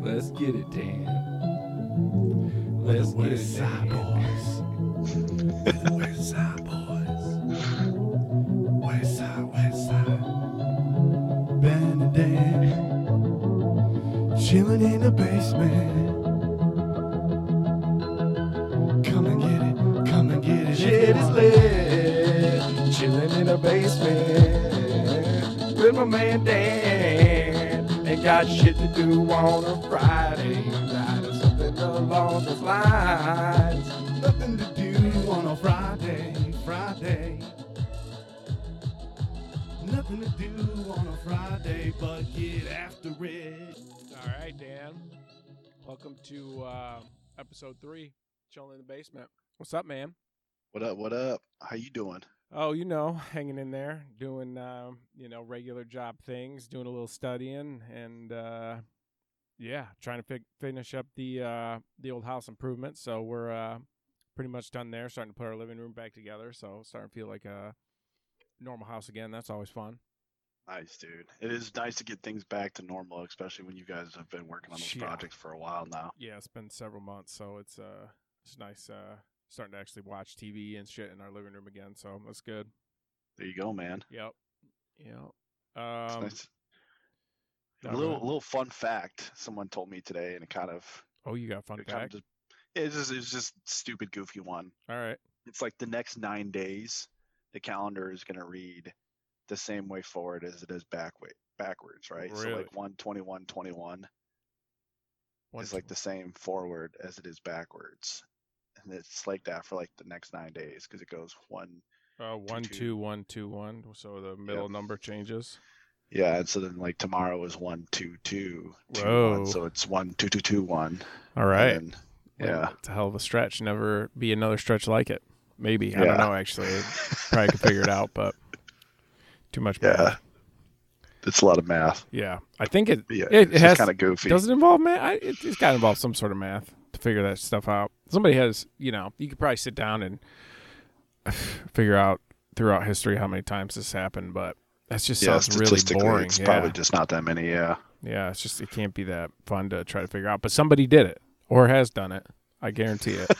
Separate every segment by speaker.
Speaker 1: Let's get it, Dan.
Speaker 2: We're
Speaker 1: Let's
Speaker 2: the
Speaker 1: get
Speaker 2: West
Speaker 1: it, Dan.
Speaker 2: Side Boys. We're the West Side Boys. West Side, West Side. Ben and Dan. Chilling in the basement. Come and get it. Come and get it.
Speaker 1: Shit is lit. Chilling in the basement with my man Dan. Ain't got shit to do on a Friday night or something along those lines.
Speaker 2: Nothing to do on a Friday, Friday. Nothing to do on a Friday but get after it.
Speaker 3: All right, Dan. Welcome to uh, episode three, chilling in the basement. What's up, man?
Speaker 4: What up? What up? How you doing?
Speaker 3: Oh, you know, hanging in there, doing um, you know regular job things, doing a little studying, and uh, yeah, trying to fi- finish up the uh, the old house improvements. So we're uh, pretty much done there, starting to put our living room back together. So starting to feel like a normal house again. That's always fun.
Speaker 4: Nice, dude. It is nice to get things back to normal, especially when you guys have been working on those
Speaker 3: Yeah.
Speaker 4: projects for a while now.
Speaker 3: yeah, it's been several months, so it's uh it's nice uh starting to actually watch TV and shit in our living room again. So that's good.
Speaker 4: There you go, man.
Speaker 3: Yep. Yep.
Speaker 4: It's
Speaker 3: Um,
Speaker 4: nice.
Speaker 3: no,
Speaker 4: a
Speaker 3: go
Speaker 4: little,
Speaker 3: ahead.
Speaker 4: little fun fact someone told me today, and it kind of,
Speaker 3: Oh, you got a fun
Speaker 4: it kind
Speaker 3: fact.
Speaker 4: of just, it's just, it's just stupid, goofy one.
Speaker 3: All right.
Speaker 4: It's like the next nine days, the calendar is going to read the same way forward as it is backward, backwards, right? So
Speaker 3: Really?
Speaker 4: like 121, 21
Speaker 3: One
Speaker 4: is like the same forward as it is backwards. And it's like that for like the next nine days because it goes one.
Speaker 3: tw- uh, one
Speaker 4: two.
Speaker 3: two one two one. So the middle number changes.
Speaker 4: Yeah, and so then like tomorrow is one two two two
Speaker 3: Whoa.
Speaker 4: one, so it's one two two two one.
Speaker 3: All
Speaker 4: and
Speaker 3: right.
Speaker 4: then-
Speaker 3: Well,
Speaker 4: yeah.
Speaker 3: It's a hell of a stretch. Never be another stretch like it. Maybe I
Speaker 4: Yeah.
Speaker 3: don't know. Actually, probably could figure it out, but too much.
Speaker 4: yeah,
Speaker 3: math.
Speaker 4: it's a lot of math.
Speaker 3: Yeah. I think it.
Speaker 4: But Yeah,
Speaker 3: It- it
Speaker 4: it's
Speaker 3: has-
Speaker 4: kind of goofy.
Speaker 3: Does it involve math? I, it, it's got to involve some sort of math to figure that stuff out. Somebody has, you know, you could probably sit down and figure out throughout history how many times this happened, but that's just
Speaker 4: yeah,
Speaker 3: sounds really
Speaker 4: statistically,
Speaker 3: boring.
Speaker 4: It's
Speaker 3: yeah.
Speaker 4: probably just not that many. Yeah,
Speaker 3: yeah, it's just, it can't be that fun to try to figure out, but somebody did it or has done it. I guarantee it.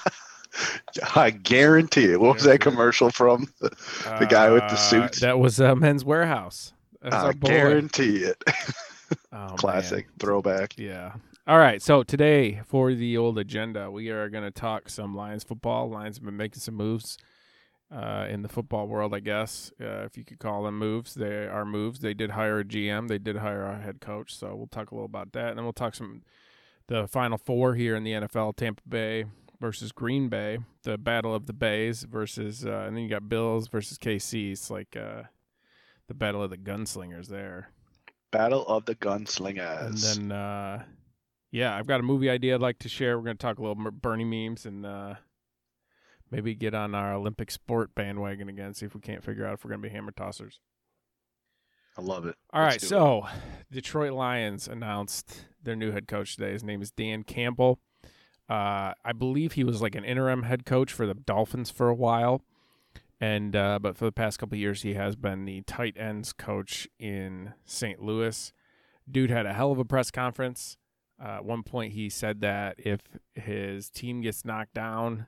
Speaker 4: I guarantee it. What was that
Speaker 3: Guarantee it.
Speaker 4: commercial from? The guy with the
Speaker 3: Uh,
Speaker 4: suit?
Speaker 3: That was uh, Men's Warehouse. That's
Speaker 4: I
Speaker 3: our boy.
Speaker 4: guarantee it.
Speaker 3: Oh, man.
Speaker 4: Classic throwback.
Speaker 3: Yeah. All right. So today for the old agenda, we are going to talk some Lions football. Lions have been making some moves uh, in the football world, I guess, uh, if you could call them moves. They are moves. They did hire a GM. They did hire a head coach. So we'll talk a little about that, and then we'll talk some the final four here in the NFL: Tampa Bay versus Green Bay, the battle of the Bays versus, uh, and then you got Bills versus KC. It's like uh, the battle of the gunslingers there.
Speaker 4: Battle of the
Speaker 3: And
Speaker 4: Gunslingers.
Speaker 3: then, uh, yeah, I've got a movie idea I'd like to share. We're going to talk a little mer- Bernie memes and uh, maybe get on our Olympic sport bandwagon again, see if we can't figure out if we're going to be hammer tossers.
Speaker 4: I love it.
Speaker 3: All
Speaker 4: Let's
Speaker 3: right,
Speaker 4: do it.
Speaker 3: so Detroit Lions announced their new head coach today. His name is Dan Campbell. Uh, I believe he was like an interim head coach for the Dolphins for a while, and uh, but for the past couple of years, he has been the tight ends coach in St. Louis. Dude had a hell of a press conference. Uh, at one point, he said that if his team gets knocked down,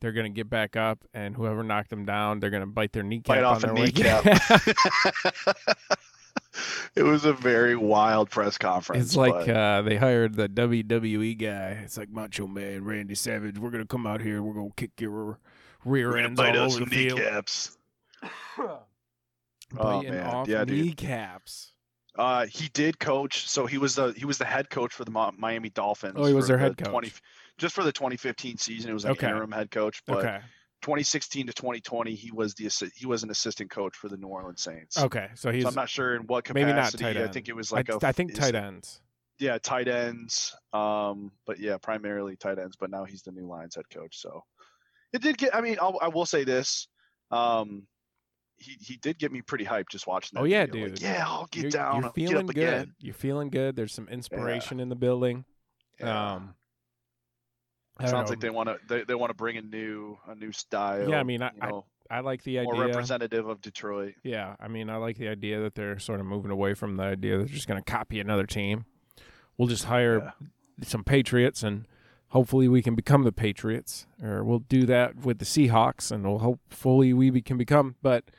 Speaker 3: they're gonna get back up, and whoever knocked them down, they're gonna bite their kneecap.
Speaker 4: bite
Speaker 3: on
Speaker 4: off a
Speaker 3: their way
Speaker 4: kneecap.
Speaker 3: down.
Speaker 4: it was a very wild press conference.
Speaker 3: It's like
Speaker 4: but
Speaker 3: uh, they hired the WWE guy. It's like Macho Man, Randy Savage. We're gonna come out here. We're gonna kick your rear
Speaker 4: we're gonna
Speaker 3: ends
Speaker 4: bite
Speaker 3: all
Speaker 4: off
Speaker 3: over the
Speaker 4: some
Speaker 3: field.
Speaker 4: kneecaps. Oh,
Speaker 3: Biting
Speaker 4: man.
Speaker 3: off
Speaker 4: Yeah, dude.
Speaker 3: kneecaps.
Speaker 4: Uh, he did coach, so he was the he was the head coach for the Mo- Miami Dolphins.
Speaker 3: Oh, he was their
Speaker 4: for the
Speaker 3: head coach.
Speaker 4: 20 just for the 2015 season, it was an
Speaker 3: Okay.
Speaker 4: interim head coach. But
Speaker 3: Okay,
Speaker 4: 2016 to 2020, he was the assi- he was an assistant coach for the New Orleans Saints.
Speaker 3: okay. So he's.
Speaker 4: so I'm not sure in what
Speaker 3: maybe
Speaker 4: capacity.
Speaker 3: not tight
Speaker 4: I
Speaker 3: end.
Speaker 4: think it was
Speaker 3: I
Speaker 4: like a
Speaker 3: I think
Speaker 4: is-
Speaker 3: tight ends.
Speaker 4: Yeah, tight ends. Um, but yeah, primarily tight ends. But now he's the new Lions head coach. So it did get. I mean, I'll, I will say this. Um, he he did get me pretty hyped just watching that.
Speaker 3: Oh, yeah,
Speaker 4: video. Like,
Speaker 3: dude.
Speaker 4: yeah, I'll get
Speaker 3: you're,
Speaker 4: down.
Speaker 3: You're
Speaker 4: I'll
Speaker 3: feeling
Speaker 4: get up
Speaker 3: good.
Speaker 4: again.
Speaker 3: You're feeling good. There's some inspiration in the building.
Speaker 4: Yeah.
Speaker 3: Um, I don't
Speaker 4: Sounds
Speaker 3: know.
Speaker 4: like they want to they, they want to bring a new a new style.
Speaker 3: Yeah, I mean, I-
Speaker 4: you know,
Speaker 3: I like the
Speaker 4: more
Speaker 3: idea.
Speaker 4: representative of Detroit.
Speaker 3: Yeah, I mean, I like the idea that they're sort of moving away from the idea that they're just going to copy another team. We'll just hire some Patriots, and hopefully we can become the Patriots, or we'll do that with the Seahawks, and we'll hopefully we be- can become. But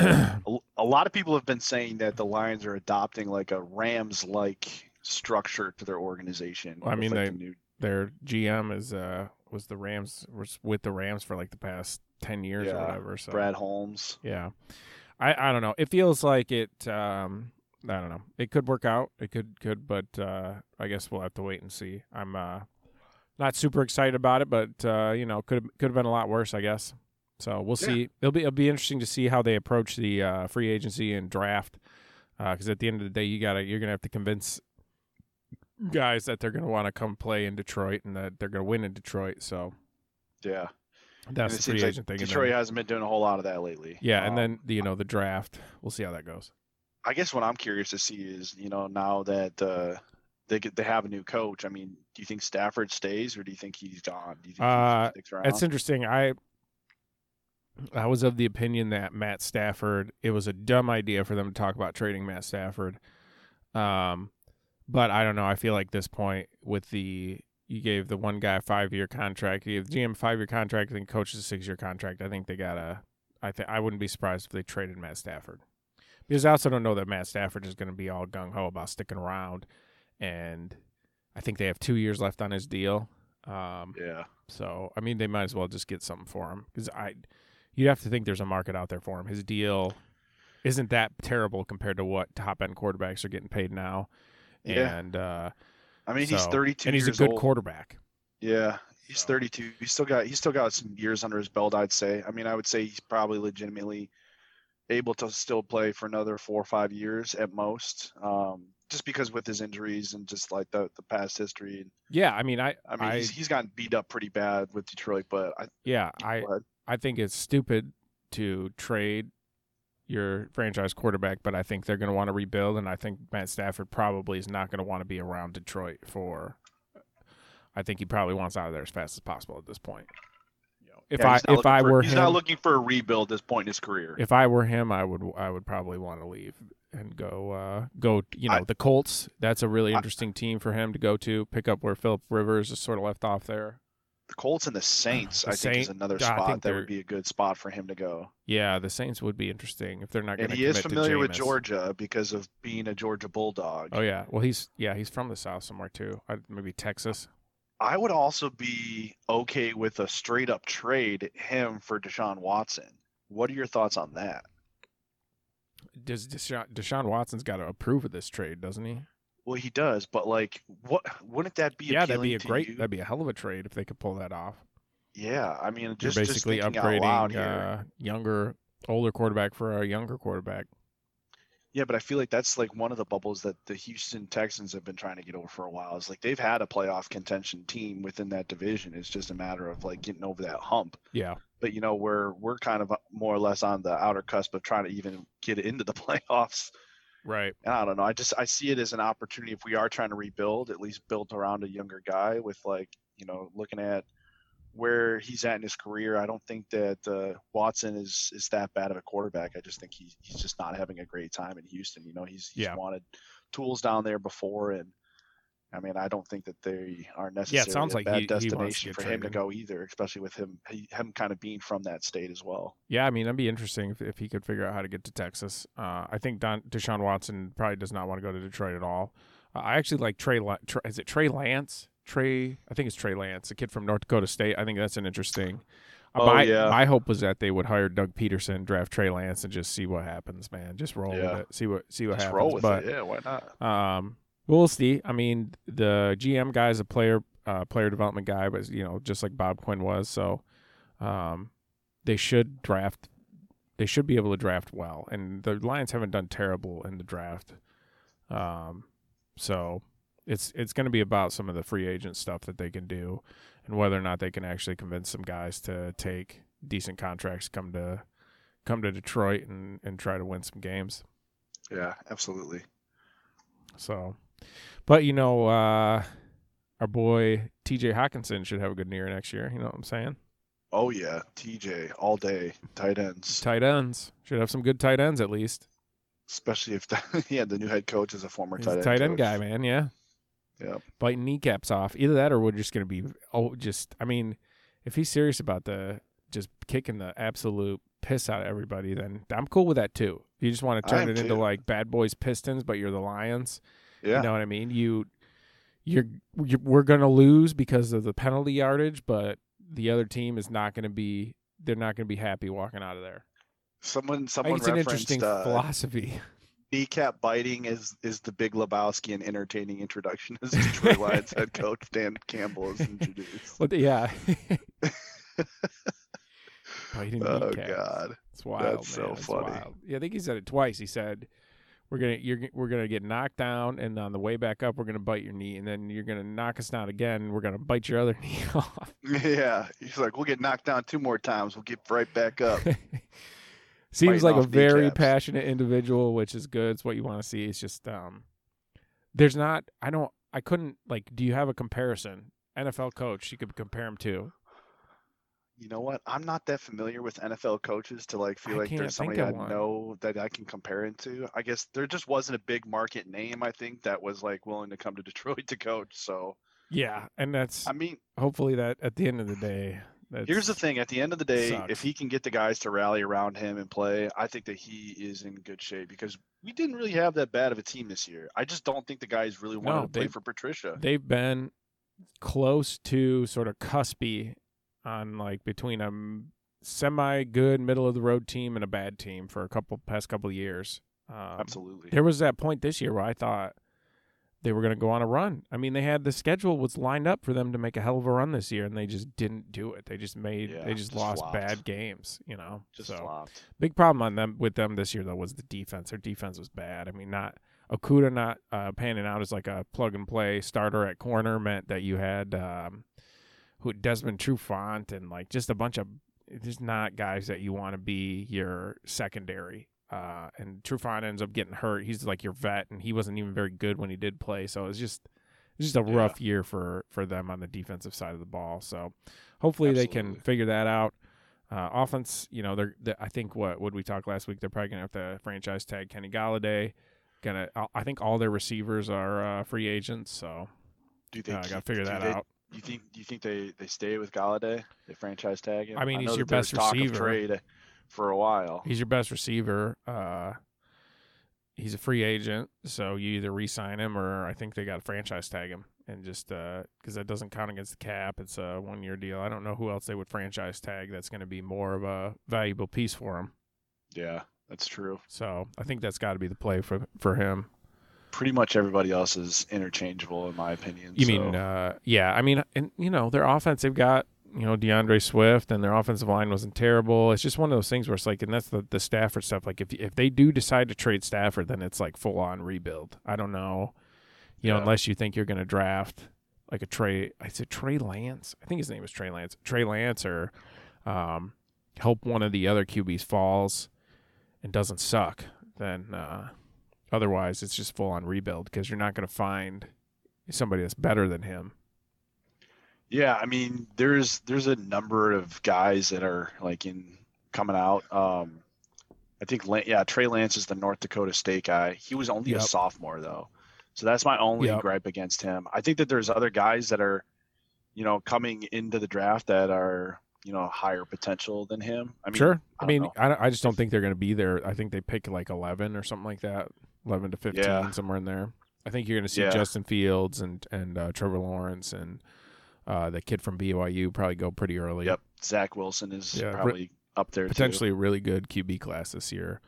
Speaker 4: A- A lot of people have been saying that the Lions are adopting like a Rams-like structure to their organization.
Speaker 3: Well, I
Speaker 4: with,
Speaker 3: mean,
Speaker 4: like,
Speaker 3: they-
Speaker 4: the new-
Speaker 3: their GM is uh was the Rams was with the Rams for like the past ten years or
Speaker 4: Yeah,
Speaker 3: whatever. So
Speaker 4: Brad Holmes.
Speaker 3: Yeah. I I don't know. It feels like it um I don't know. It could work out. It could could but uh I guess we'll have to wait and see. I'm uh not super excited about it, but uh you know, could could have been a lot worse, I guess. So we'll
Speaker 4: Yeah.
Speaker 3: see. It'll be it'll be interesting to see how they approach the uh free agency and draft Uh 'cause cuz at the end of the day you got to you're going to have to convince guys that they're going to want to come play in Detroit and that they're going to win in Detroit. So
Speaker 4: Yeah, and
Speaker 3: that's
Speaker 4: it
Speaker 3: the free
Speaker 4: seems like
Speaker 3: agent thing. And then-
Speaker 4: Detroit hasn't been doing a whole lot of that lately.
Speaker 3: yeah,
Speaker 4: Um,
Speaker 3: and then the- you know the draft. We'll see how that goes.
Speaker 4: I guess what I'm curious to see is, you know, now that uh, they get, they have a new coach. I mean, do you think Stafford stays or do you think he's gone? Do you think
Speaker 3: Uh,
Speaker 4: he sticks around?
Speaker 3: That's interesting. I I was of the opinion that Matt Stafford. It was a dumb idea for them to talk about trading Matt Stafford. Um, but I don't know. I feel like this point with the you gave the one guy a five year contract, you gave the GM a five year contract, and coaches a six year contract. I think they got to I think I wouldn't be surprised if they traded Matt Stafford because I also don't know that Matt Stafford is going to be all gung ho about sticking around, and I think they have two years left on his deal. Um,
Speaker 4: yeah,
Speaker 3: so I mean, they might as well just get something for him because I, you'd have to think there's a market out there for him. His deal isn't that terrible compared to what top end quarterbacks are getting paid now,
Speaker 4: Yeah.
Speaker 3: and uh,
Speaker 4: I mean, he's
Speaker 3: so-
Speaker 4: 32
Speaker 3: and he's a
Speaker 4: years
Speaker 3: good
Speaker 4: old.
Speaker 3: quarterback.
Speaker 4: yeah, he's
Speaker 3: So.
Speaker 4: 32. He's still got he's still got some years under his belt. I'd say. I mean, I would say he's probably legitimately able to still play for another four or five years at most. Um, just because with his injuries and just like the the past history.
Speaker 3: Yeah, I mean, I,
Speaker 4: I mean, he's, he's gotten beat up pretty bad with Detroit, but I
Speaker 3: yeah, I,
Speaker 4: but-
Speaker 3: I think it's stupid to trade your franchise quarterback, but I think they're going to want to rebuild, and I think Matt Stafford probably is not going to want to be around Detroit for. I think he probably wants out of there as fast as possible at this point. You know, if
Speaker 4: yeah, he's
Speaker 3: I if
Speaker 4: not looking
Speaker 3: I
Speaker 4: for-
Speaker 3: were
Speaker 4: he's
Speaker 3: him,
Speaker 4: not looking for a rebuild at this point in his career.
Speaker 3: if I were him, I would I would probably want to leave and go uh, go you know
Speaker 4: I-
Speaker 3: the Colts. That's a really
Speaker 4: I-
Speaker 3: interesting team for him to go to. Pick up where Philip Rivers is sort of left off there.
Speaker 4: the Colts and the Saints,
Speaker 3: The
Speaker 4: I think, is
Speaker 3: Saint-
Speaker 4: another
Speaker 3: I think
Speaker 4: spot that
Speaker 3: they're-
Speaker 4: would be a good spot for him to go.
Speaker 3: Yeah, the Saints would be interesting if they're not going
Speaker 4: And
Speaker 3: to
Speaker 4: he is
Speaker 3: commit to
Speaker 4: familiar with
Speaker 3: Jameis. Mm-hmm.
Speaker 4: Georgia because of being a Georgia Bulldog.
Speaker 3: Oh yeah, well he's yeah he's from the south somewhere too. I, maybe Texas.
Speaker 4: I would also be okay with a straight up trade him for Deshaun Watson. What are your thoughts on that?
Speaker 3: Does Deshaun, Deshaun Watson's got to approve of this trade, doesn't he?
Speaker 4: Well, he does, but like, what wouldn't that be?
Speaker 3: yeah, that'd be
Speaker 4: appealing
Speaker 3: a
Speaker 4: to
Speaker 3: great
Speaker 4: you?
Speaker 3: that'd be a hell of a trade if they could pull that off.
Speaker 4: Yeah, I mean, just
Speaker 3: You're
Speaker 4: just
Speaker 3: basically
Speaker 4: thinking out loud
Speaker 3: upgrading
Speaker 4: here.
Speaker 3: uh, younger older quarterback for a younger quarterback.
Speaker 4: Yeah, but I feel like that's like one of the bubbles that the Houston Texans have been trying to get over for a while. Is like they've had a playoff contention team within that division. It's just a matter of like getting over that hump.
Speaker 3: Yeah.
Speaker 4: But you know, we're we're kind of uh, more or less on the outer cusp of trying to even get into the playoffs.
Speaker 3: Right.
Speaker 4: And I don't know. I just I see it as an opportunity if we are trying to rebuild, at least build around a younger guy with like you know looking at where he's at in his career. I don't think that uh, Watson is is that bad of a quarterback. I just think he, he's just not having a great time in Houston. You know, he's he's
Speaker 3: Yeah.
Speaker 4: wanted tools down there before, and I mean I don't think that they are necessarily
Speaker 3: sounds
Speaker 4: a
Speaker 3: like
Speaker 4: bad
Speaker 3: he- he wants to
Speaker 4: destination
Speaker 3: get
Speaker 4: for him to
Speaker 3: traded.
Speaker 4: go either, especially with him he, him kind of being from that state as well.
Speaker 3: Yeah, I mean that'd be interesting if, if he could figure out how to get to Texas. Uh, I think Don, Deshaun Watson probably does not want to go to Detroit at all. Uh, I actually like Trey, La- Trey. Is it Trey Lance? Trey, I think it's Trey Lance, a kid from North Dakota State. I think that's an interesting. Uh,
Speaker 4: Oh,
Speaker 3: my,
Speaker 4: yeah.
Speaker 3: my hope was that they would hire Doug Peterson, draft Trey Lance, and just see what happens, man. Just roll
Speaker 4: Yeah.
Speaker 3: with it. See what see what
Speaker 4: Just
Speaker 3: happens.
Speaker 4: roll with
Speaker 3: but
Speaker 4: it, yeah. Why not?
Speaker 3: um, we'll see. I mean, the GM guy is a player uh, player development guy, but you know, just like Bob Quinn was, so um, they should draft. They should be able to draft well, and the Lions haven't done terrible in the draft. Um, so it's it's going to be about some of the free agent stuff that they can do, and whether or not they can actually convince some guys to take decent contracts, come to come to Detroit, and and try to win some games.
Speaker 4: Yeah, absolutely.
Speaker 3: So, but you know, uh, our boy TJ Hawkinson should have a good year next year. You know what I'm saying?
Speaker 4: Oh yeah, TJ all day tight ends,
Speaker 3: Tight ends should have some good tight ends at least.
Speaker 4: especially if the, yeah the new head coach is a former
Speaker 3: He's
Speaker 4: tight
Speaker 3: a
Speaker 4: end.
Speaker 3: tight end
Speaker 4: coach.
Speaker 3: guy, man. Yeah,
Speaker 4: Yep.
Speaker 3: biting kneecaps off. Either that, or we're just going to be oh, just I mean, if he's serious about the just kicking the absolute piss out of everybody, then I'm cool with that too. You just want to
Speaker 4: I
Speaker 3: turn
Speaker 4: am
Speaker 3: it into
Speaker 4: too.
Speaker 3: like Bad Boys Pistons, but you're the Lions.
Speaker 4: Yeah.
Speaker 3: You know what I mean? You, you're, you're we're going to lose because of the penalty yardage, but the other team is not going to be. They're not going to be happy walking out of there.
Speaker 4: Someone
Speaker 3: I think
Speaker 4: someone
Speaker 3: it's an
Speaker 4: referenced
Speaker 3: interesting
Speaker 4: uh,
Speaker 3: philosophy.
Speaker 4: kneecap biting is is the big Lebowski and entertaining introduction as Detroit Lions head coach Dan Campbell is introduced.
Speaker 3: What the- yeah. Biting
Speaker 4: oh
Speaker 3: kneecaps.
Speaker 4: God.
Speaker 3: It's wild.
Speaker 4: That's so
Speaker 3: man. It's
Speaker 4: funny.
Speaker 3: wild. Yeah, I think he said it twice. He said, "We're gonna, you're, g- we're gonna get knocked down, and on the way back up, we're gonna bite your knee, and then you're gonna knock us down again. And we're gonna bite your other knee off."
Speaker 4: Yeah. He's like, we'll get knocked down two more times. We'll get right back up.
Speaker 3: Seems
Speaker 4: Biting
Speaker 3: like a
Speaker 4: off
Speaker 3: very
Speaker 4: kneecaps.
Speaker 3: passionate individual, which is good. It's what you want to see. It's just, um, there's not. I don't. I couldn't like. Do you have a comparison? NFL coach, you could compare him to.
Speaker 4: you know what? I'm not that familiar with NFL coaches to like feel
Speaker 3: I
Speaker 4: like
Speaker 3: can't
Speaker 4: there's
Speaker 3: think
Speaker 4: somebody I
Speaker 3: of one.
Speaker 4: know that I can compare it to. I guess there just wasn't a big market name, I think, that was like willing to come to Detroit to coach. So
Speaker 3: Yeah, and that's
Speaker 4: I mean,
Speaker 3: hopefully that at the end of the day. That's,
Speaker 4: here's the thing: at the end of the day,
Speaker 3: sucks.
Speaker 4: if he can get the guys to rally around him and play, I think that he is in good shape because we didn't really have that bad of a team this year. I just don't think the guys really wanted
Speaker 3: No,
Speaker 4: to play
Speaker 3: they-
Speaker 4: for Patricia.
Speaker 3: they've been close to sort of cuspy on like between a semi good middle of the road team and a bad team for a couple past couple years. Um,
Speaker 4: Absolutely.
Speaker 3: there was that point this year where I thought they were going to go on a run. I mean, they had the schedule was lined up for them to make a hell of a run this year, and they just didn't do it. They just made
Speaker 4: Yeah,
Speaker 3: they just,
Speaker 4: just
Speaker 3: lost
Speaker 4: flopped.
Speaker 3: bad games. You know,
Speaker 4: Just
Speaker 3: so
Speaker 4: flopped.
Speaker 3: big problem on them with them this year though was the defense. Their defense was bad. I mean, not Okuda not uh, panning out as like a plug and play starter at corner meant that you had um, who Desmond Trufant and like just a bunch of just not guys that you want to be your secondary. Uh, and Trufant ends up getting hurt. He's like your vet, and he wasn't even very good when he did play. So it's just it's just a
Speaker 4: Yeah.
Speaker 3: rough year for for them on the defensive side of the ball. So hopefully they can
Speaker 4: Absolutely.
Speaker 3: figure that out. Uh, offense, you know, they're, they I think what would we talk last week? They're probably gonna have to franchise tag Kenny Galladay. Gonna, I- I think all their receivers are uh, free agents, so
Speaker 4: Do they
Speaker 3: uh, gotta
Speaker 4: keep-
Speaker 3: figure
Speaker 4: do
Speaker 3: that
Speaker 4: they-
Speaker 3: out.
Speaker 4: You think you think they they stay with Galladay? They franchise tag him?
Speaker 3: I mean, he's
Speaker 4: know
Speaker 3: your
Speaker 4: that there was
Speaker 3: best
Speaker 4: talk of
Speaker 3: receiver.
Speaker 4: trade for a while.
Speaker 3: He's your best receiver. Uh, he's a free agent, so you either re-sign him or I think they got to franchise tag him and just because that doesn't count against the cap. It's a one-year deal. I don't know who else they would franchise tag that's going to be more of a valuable piece for him.
Speaker 4: Yeah, that's true.
Speaker 3: So I think that's got to be the play for for him.
Speaker 4: Pretty much everybody else is interchangeable in my opinion.
Speaker 3: You
Speaker 4: so-
Speaker 3: mean, uh, yeah. I mean, and you know, their offense, they've got, you know, DeAndre Swift and their offensive line wasn't terrible. It's just one of those things where it's like, and that's the, the Stafford stuff. Like, if, if they do decide to trade Stafford, then it's like full on rebuild. I don't know. You know,
Speaker 4: Yeah.
Speaker 3: unless you think you're going to draft like a Trey, I said Trey Lance. I think his name is Trey Lance. Trey Lance or um, help one of the other QBs falls and doesn't suck, then uh, otherwise it's just full on rebuild because you're not going to find somebody that's better than him.
Speaker 4: Yeah, I mean, there's there's a number of guys that are like in coming out. Um, I think Lan- yeah, Trey Lance is the North Dakota State guy. He was only
Speaker 3: Yep.
Speaker 4: a sophomore though, so that's my only
Speaker 3: Yep.
Speaker 4: gripe against him. I think that there's other guys that are, you know, coming into the draft that are you know higher potential than him. I mean,
Speaker 3: sure.
Speaker 4: I
Speaker 3: I
Speaker 4: don't
Speaker 3: mean,
Speaker 4: know.
Speaker 3: I, don't- I just don't think they're going to be there. I think they pick like 11 or something like that, 11 to 15,
Speaker 4: Yeah.
Speaker 3: somewhere in there. I think you're going to see
Speaker 4: Yeah.
Speaker 3: Justin Fields and and uh, Trevor Lawrence and uh, the kid from BYU probably go pretty early.
Speaker 4: Yep, Zach Wilson is
Speaker 3: Yeah, re-
Speaker 4: probably up there too.
Speaker 3: Potentially a really good QB class this year.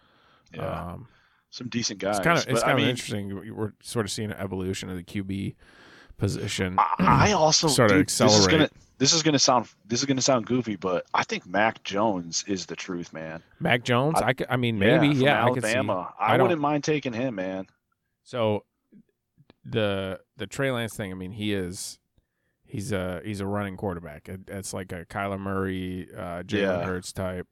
Speaker 4: Yeah,
Speaker 3: Um,
Speaker 4: some decent guys.
Speaker 3: It's kind of
Speaker 4: but
Speaker 3: it's
Speaker 4: I
Speaker 3: kind
Speaker 4: mean,
Speaker 3: of interesting. We're sort of seeing an evolution of the QB position.
Speaker 4: I, I also
Speaker 3: Sort of
Speaker 4: dude, This is
Speaker 3: accelerate.
Speaker 4: gonna this is gonna sound this is gonna sound goofy, but I think Mac Jones is the truth, man.
Speaker 3: Mac Jones. I, c- I mean, maybe
Speaker 4: from
Speaker 3: yeah. I could see.
Speaker 4: Alabama.
Speaker 3: I
Speaker 4: I,
Speaker 3: don't-
Speaker 4: wouldn't mind taking him, man.
Speaker 3: So the the Trey Lance thing. I mean, he is he's a he's a running quarterback. It, it's like a Kyler Murray, uh, Jalen
Speaker 4: Yeah.
Speaker 3: Hurts type,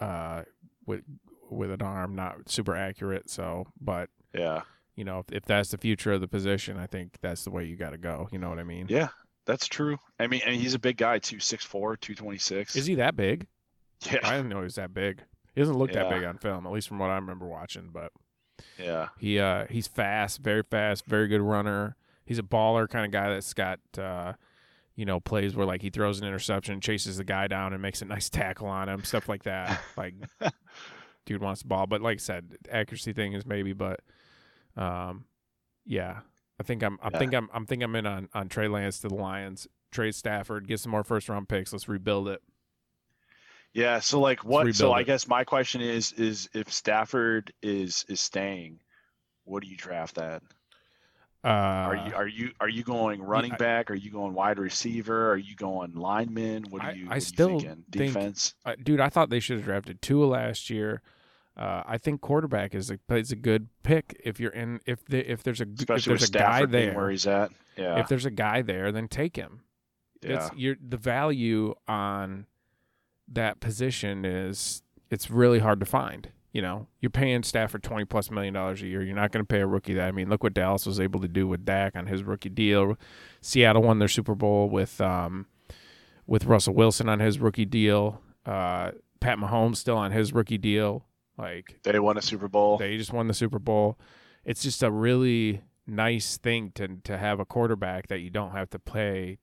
Speaker 3: uh, with with an arm not super accurate. So, but
Speaker 4: Yeah,
Speaker 3: you know, if, if that's the future of the position, I think that's the way you got to go. You know what I mean?
Speaker 4: yeah, that's true. I mean, and he's a big guy too, 6'4", 226.
Speaker 3: Is he that big?
Speaker 4: Yeah,
Speaker 3: I didn't know he was that big. He doesn't look that
Speaker 4: Yeah.
Speaker 3: big on film, at least from what I remember watching. But
Speaker 4: yeah,
Speaker 3: he uh, he's fast, very fast, very good runner. he's a baller kind of guy that's got uh, you know plays where like he throws an interception, chases the guy down, and makes a nice tackle on him, stuff like that. Like dude wants the ball, but like I said, accuracy thing is maybe, but um, yeah, I think I'm I
Speaker 4: Yeah.
Speaker 3: think I'm I'm think I'm in on on Trey Lance to the Lions. Trade Stafford, get some more first round picks. Let's rebuild it.
Speaker 4: Yeah, so like what so
Speaker 3: rebuild
Speaker 4: I
Speaker 3: it.
Speaker 4: guess my question is is if Stafford is is staying, what do you draft at?
Speaker 3: Uh,
Speaker 4: Are you are you are you going running
Speaker 3: I-
Speaker 4: back? Are you going wide receiver? Are you going lineman? What
Speaker 3: I-
Speaker 4: are
Speaker 3: I
Speaker 4: you what are you
Speaker 3: still
Speaker 4: thinking?
Speaker 3: think-
Speaker 4: Defense?
Speaker 3: I, dude, I thought they should have drafted Tua last year. Uh, I think quarterback is a is a good pick if you're in if the, if there's a g- if
Speaker 4: Especially with
Speaker 3: there's a guy
Speaker 4: Stafford being where
Speaker 3: there
Speaker 4: he's at. Yeah.
Speaker 3: if there's a guy there then take him.
Speaker 4: yeah.
Speaker 3: It's you're, the value on that position is it's really hard to find. You know, you're paying Stafford twenty plus million dollars a year. You're not going to pay a rookie that. I mean, look what Dallas was able to do with Dak on his rookie deal. Seattle won their Super Bowl with um, with Russell Wilson on his rookie deal. Uh, Pat Mahomes still on his rookie deal. Like
Speaker 4: They won a Super Bowl.
Speaker 3: they just won the Super Bowl. It's just a really nice thing to to have a quarterback that you don't have to pay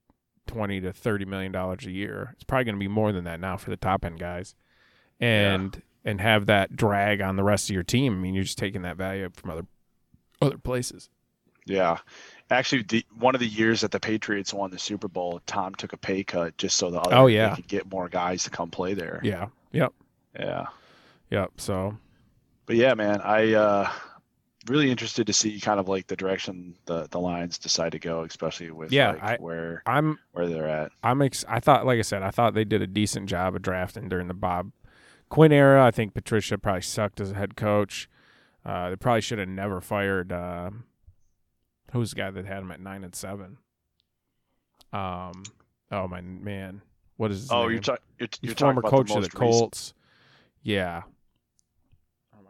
Speaker 3: twenty to thirty million dollars a year. It's probably going to be more than that now for the top end guys, and and have that drag on the rest of your team. I mean, you're just taking that value from other other places.
Speaker 4: Yeah. Actually, the, one of the years that the Patriots won the Super Bowl, Tom took a pay cut just so the other
Speaker 3: Oh,
Speaker 4: they
Speaker 3: yeah.
Speaker 4: could get more guys to come play there.
Speaker 3: Yeah. Yep.
Speaker 4: yeah.
Speaker 3: Yep. So
Speaker 4: But yeah, man, I uh really interested to see kind of like the direction the the Lions decide to go, especially with
Speaker 3: Yeah,
Speaker 4: like
Speaker 3: I-
Speaker 4: where
Speaker 3: I'm
Speaker 4: where they're at.
Speaker 3: I'm ex- I thought, like I said, I thought they did a decent job of drafting during the Bob Quinn era. I think Patricia probably sucked as a head coach. Uh, they probably should have never fired. um who was the guy that had him at nine and seven? Um. Oh my man, what is? His
Speaker 4: Oh,
Speaker 3: name?
Speaker 4: you're talking you're,
Speaker 3: He's
Speaker 4: you're talking
Speaker 3: former
Speaker 4: about
Speaker 3: coach
Speaker 4: the
Speaker 3: of
Speaker 4: most
Speaker 3: the
Speaker 4: recent-
Speaker 3: Colts. Yeah,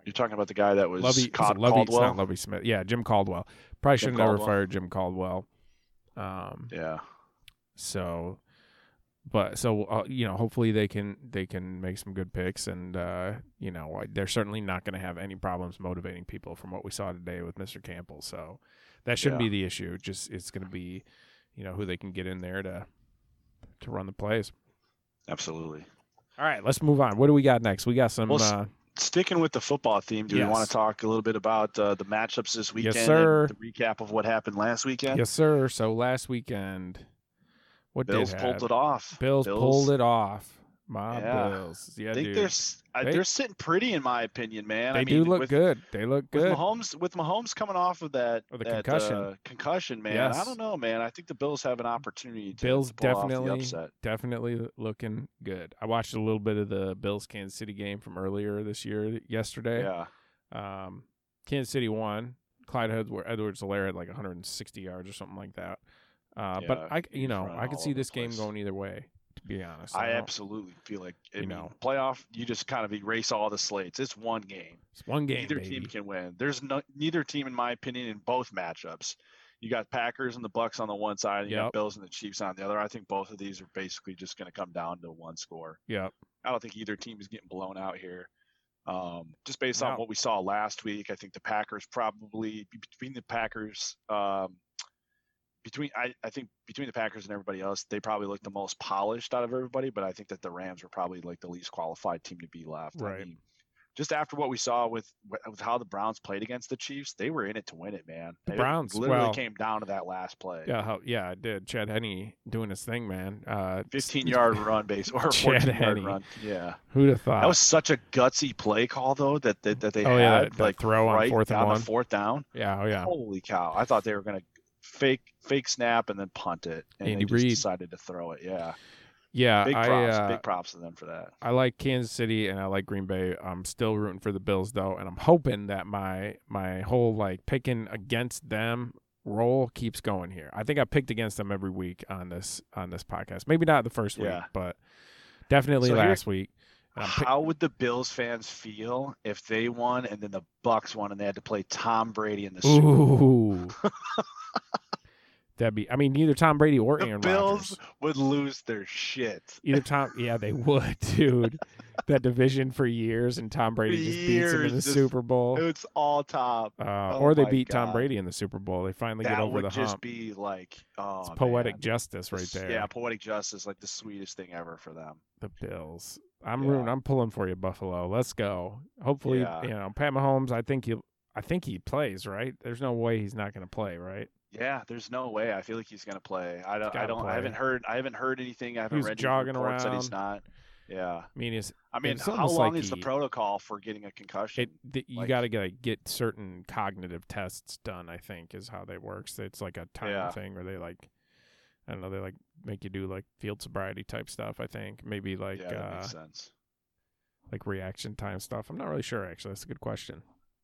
Speaker 4: You're talking about the guy that was
Speaker 3: Lovey, is it
Speaker 4: Cod-
Speaker 3: Lovey- it's
Speaker 4: Caldwell.
Speaker 3: not Lovey Smith. Yeah, Jim Caldwell. Probably should
Speaker 4: Jim
Speaker 3: have never
Speaker 4: Caldwell.
Speaker 3: fired Jim Caldwell. Um.
Speaker 4: yeah.
Speaker 3: So, but so uh, you know, hopefully they can they can make some good picks, and uh, you know I- they're certainly not going to have any problems motivating people from what we saw today with Mr. Campbell. So that shouldn't
Speaker 4: Yeah.
Speaker 3: be the issue. Just it's going to be, you know, who they can get in there to to run the plays.
Speaker 4: Absolutely.
Speaker 3: All right, let's move on. What do we got next? We got some.
Speaker 4: Well, s-
Speaker 3: uh,
Speaker 4: Sticking with the football theme, do we want
Speaker 3: Yes.
Speaker 4: to talk a little bit about uh, the matchups this weekend? and
Speaker 3: sir.
Speaker 4: The recap of what happened last weekend.
Speaker 3: yes, sir. So last weekend, what
Speaker 4: Bills
Speaker 3: did
Speaker 4: pulled it off.
Speaker 3: Bills, pulled it off. My
Speaker 4: Yeah.
Speaker 3: Bills. Yeah,
Speaker 4: I think
Speaker 3: dude.
Speaker 4: they're s- I-
Speaker 3: They-
Speaker 4: they're sitting pretty in my opinion, man.
Speaker 3: they
Speaker 4: I
Speaker 3: do
Speaker 4: mean,
Speaker 3: look
Speaker 4: with,
Speaker 3: good. They look
Speaker 4: With
Speaker 3: good.
Speaker 4: Mahomes, with Mahomes coming off of that,
Speaker 3: Of the
Speaker 4: that,
Speaker 3: concussion.
Speaker 4: uh, concussion, man. I
Speaker 3: Yes.
Speaker 4: don't know, man. I think the Bills have an opportunity to,
Speaker 3: Bills
Speaker 4: to pull off
Speaker 3: definitely-
Speaker 4: the upset.
Speaker 3: definitely looking good. I watched a little bit of the Bills Kansas City game from earlier this year yesterday.
Speaker 4: Yeah,
Speaker 3: Um, Kansas City won. Clyde Edwards Hilaire had like 160 yards or something like that. Uh,
Speaker 4: Yeah,
Speaker 3: but I,
Speaker 4: he
Speaker 3: you
Speaker 4: was
Speaker 3: know,
Speaker 4: running
Speaker 3: I could
Speaker 4: all
Speaker 3: see
Speaker 4: over the
Speaker 3: this game
Speaker 4: place.
Speaker 3: going either way. To be honest,
Speaker 4: I
Speaker 3: don't-
Speaker 4: absolutely feel like I
Speaker 3: you
Speaker 4: mean,
Speaker 3: know.
Speaker 4: playoff. You just kind of erase all the slates. It's one game.
Speaker 3: it's one game.
Speaker 4: neither
Speaker 3: baby.
Speaker 4: team can win. There's no neither team, in my opinion, in both matchups. You got Packers and the Bucks on the one side, and you
Speaker 3: Yep.
Speaker 4: got Bills and the Chiefs on the other. I think both of these are basically just going to come down to one score.
Speaker 3: Yeah,
Speaker 4: I don't think either team is getting blown out here. Um, just based
Speaker 3: No.
Speaker 4: on what we saw last week, I think the Packers probably be- between the Packers, um, between I, I think between the Packers and everybody else, they probably looked the most polished out of everybody. But I think that the Rams were probably like the least qualified team to be left. I
Speaker 3: Right.
Speaker 4: mean, just after what we saw with with how the Browns played against the Chiefs, they were in it to win it, man.
Speaker 3: The
Speaker 4: It
Speaker 3: Browns,
Speaker 4: literally
Speaker 3: well-
Speaker 4: came down to that last play.
Speaker 3: yeah, how, yeah. I did. Chad Henney doing his thing, man. Uh,
Speaker 4: 15 yard run base or a
Speaker 3: Chad
Speaker 4: 14 yard
Speaker 3: Henne.
Speaker 4: run. Yeah.
Speaker 3: Who'd have thought?
Speaker 4: That was such a gutsy play call though that that, that they
Speaker 3: Oh,
Speaker 4: had
Speaker 3: yeah, that- that
Speaker 4: like
Speaker 3: throw on
Speaker 4: right
Speaker 3: fourth and
Speaker 4: down
Speaker 3: one.
Speaker 4: the fourth down.
Speaker 3: yeah, oh yeah.
Speaker 4: Holy cow! I thought they were gonna fake fake snap and then punt it, and
Speaker 3: Andy
Speaker 4: they just
Speaker 3: Reid.
Speaker 4: decided to throw it. Yeah,
Speaker 3: Yeah,
Speaker 4: big
Speaker 3: I,
Speaker 4: props,
Speaker 3: uh,
Speaker 4: big props to them for that.
Speaker 3: I like Kansas City and I like Green Bay. I'm still rooting for the Bills though, and I'm hoping that my my whole like picking against them roll keeps going here. I think I picked against them every week on this on this podcast. Maybe not the first week,
Speaker 4: Yeah.
Speaker 3: but definitely
Speaker 4: So here-
Speaker 3: last week. And I'm pick-
Speaker 4: How would the Bills fans feel if they won and then the Bucks won and they had to play Tom Brady in the Super Bowl?
Speaker 3: Ooh. That'd be I mean neither Tom Brady or
Speaker 4: The
Speaker 3: Aaron
Speaker 4: Bills
Speaker 3: Rodgers.
Speaker 4: would lose their shit.
Speaker 3: Either Tom yeah, they would, dude. that division for years, and Tom Brady just beats him in
Speaker 4: Years,
Speaker 3: the
Speaker 4: just-
Speaker 3: Super Bowl.
Speaker 4: It's all top.
Speaker 3: Uh,
Speaker 4: oh
Speaker 3: or they
Speaker 4: my
Speaker 3: beat Tom
Speaker 4: God.
Speaker 3: Brady in the Super Bowl. They finally
Speaker 4: that
Speaker 3: get over
Speaker 4: would
Speaker 3: the
Speaker 4: just
Speaker 3: hump.
Speaker 4: be like, oh,
Speaker 3: it's poetic
Speaker 4: man.
Speaker 3: justice right
Speaker 4: This-
Speaker 3: there.
Speaker 4: Yeah, poetic justice, like the sweetest thing ever for them.
Speaker 3: the Bills. I'm
Speaker 4: Yeah.
Speaker 3: rooting. I'm pulling for you, Buffalo. Let's go. Hopefully,
Speaker 4: Yeah.
Speaker 3: you know Pat Mahomes. I think he. I think he plays. Right? There's no way he's not going to play. Right?
Speaker 4: Yeah, there's no way. I feel like he's gonna play. I don't. I
Speaker 3: gotta
Speaker 4: don't.
Speaker 3: play.
Speaker 4: I haven't heard. I haven't heard anything. I haven't
Speaker 3: He was
Speaker 4: read any
Speaker 3: jogging
Speaker 4: reports that he's not. Yeah.
Speaker 3: I mean, it's
Speaker 4: I mean,
Speaker 3: it's
Speaker 4: how
Speaker 3: almost
Speaker 4: long
Speaker 3: like
Speaker 4: is the
Speaker 3: he-
Speaker 4: protocol for getting a concussion?
Speaker 3: it. th- you
Speaker 4: Like-
Speaker 3: got to get get certain cognitive tests done. I think is how that works. It's like a time
Speaker 4: Yeah.
Speaker 3: thing where they like. I don't know. They like make you do like field sobriety type stuff. I think maybe like
Speaker 4: yeah, that
Speaker 3: uh,
Speaker 4: makes sense.
Speaker 3: like reaction time stuff. I'm not really sure actually. That's a good question.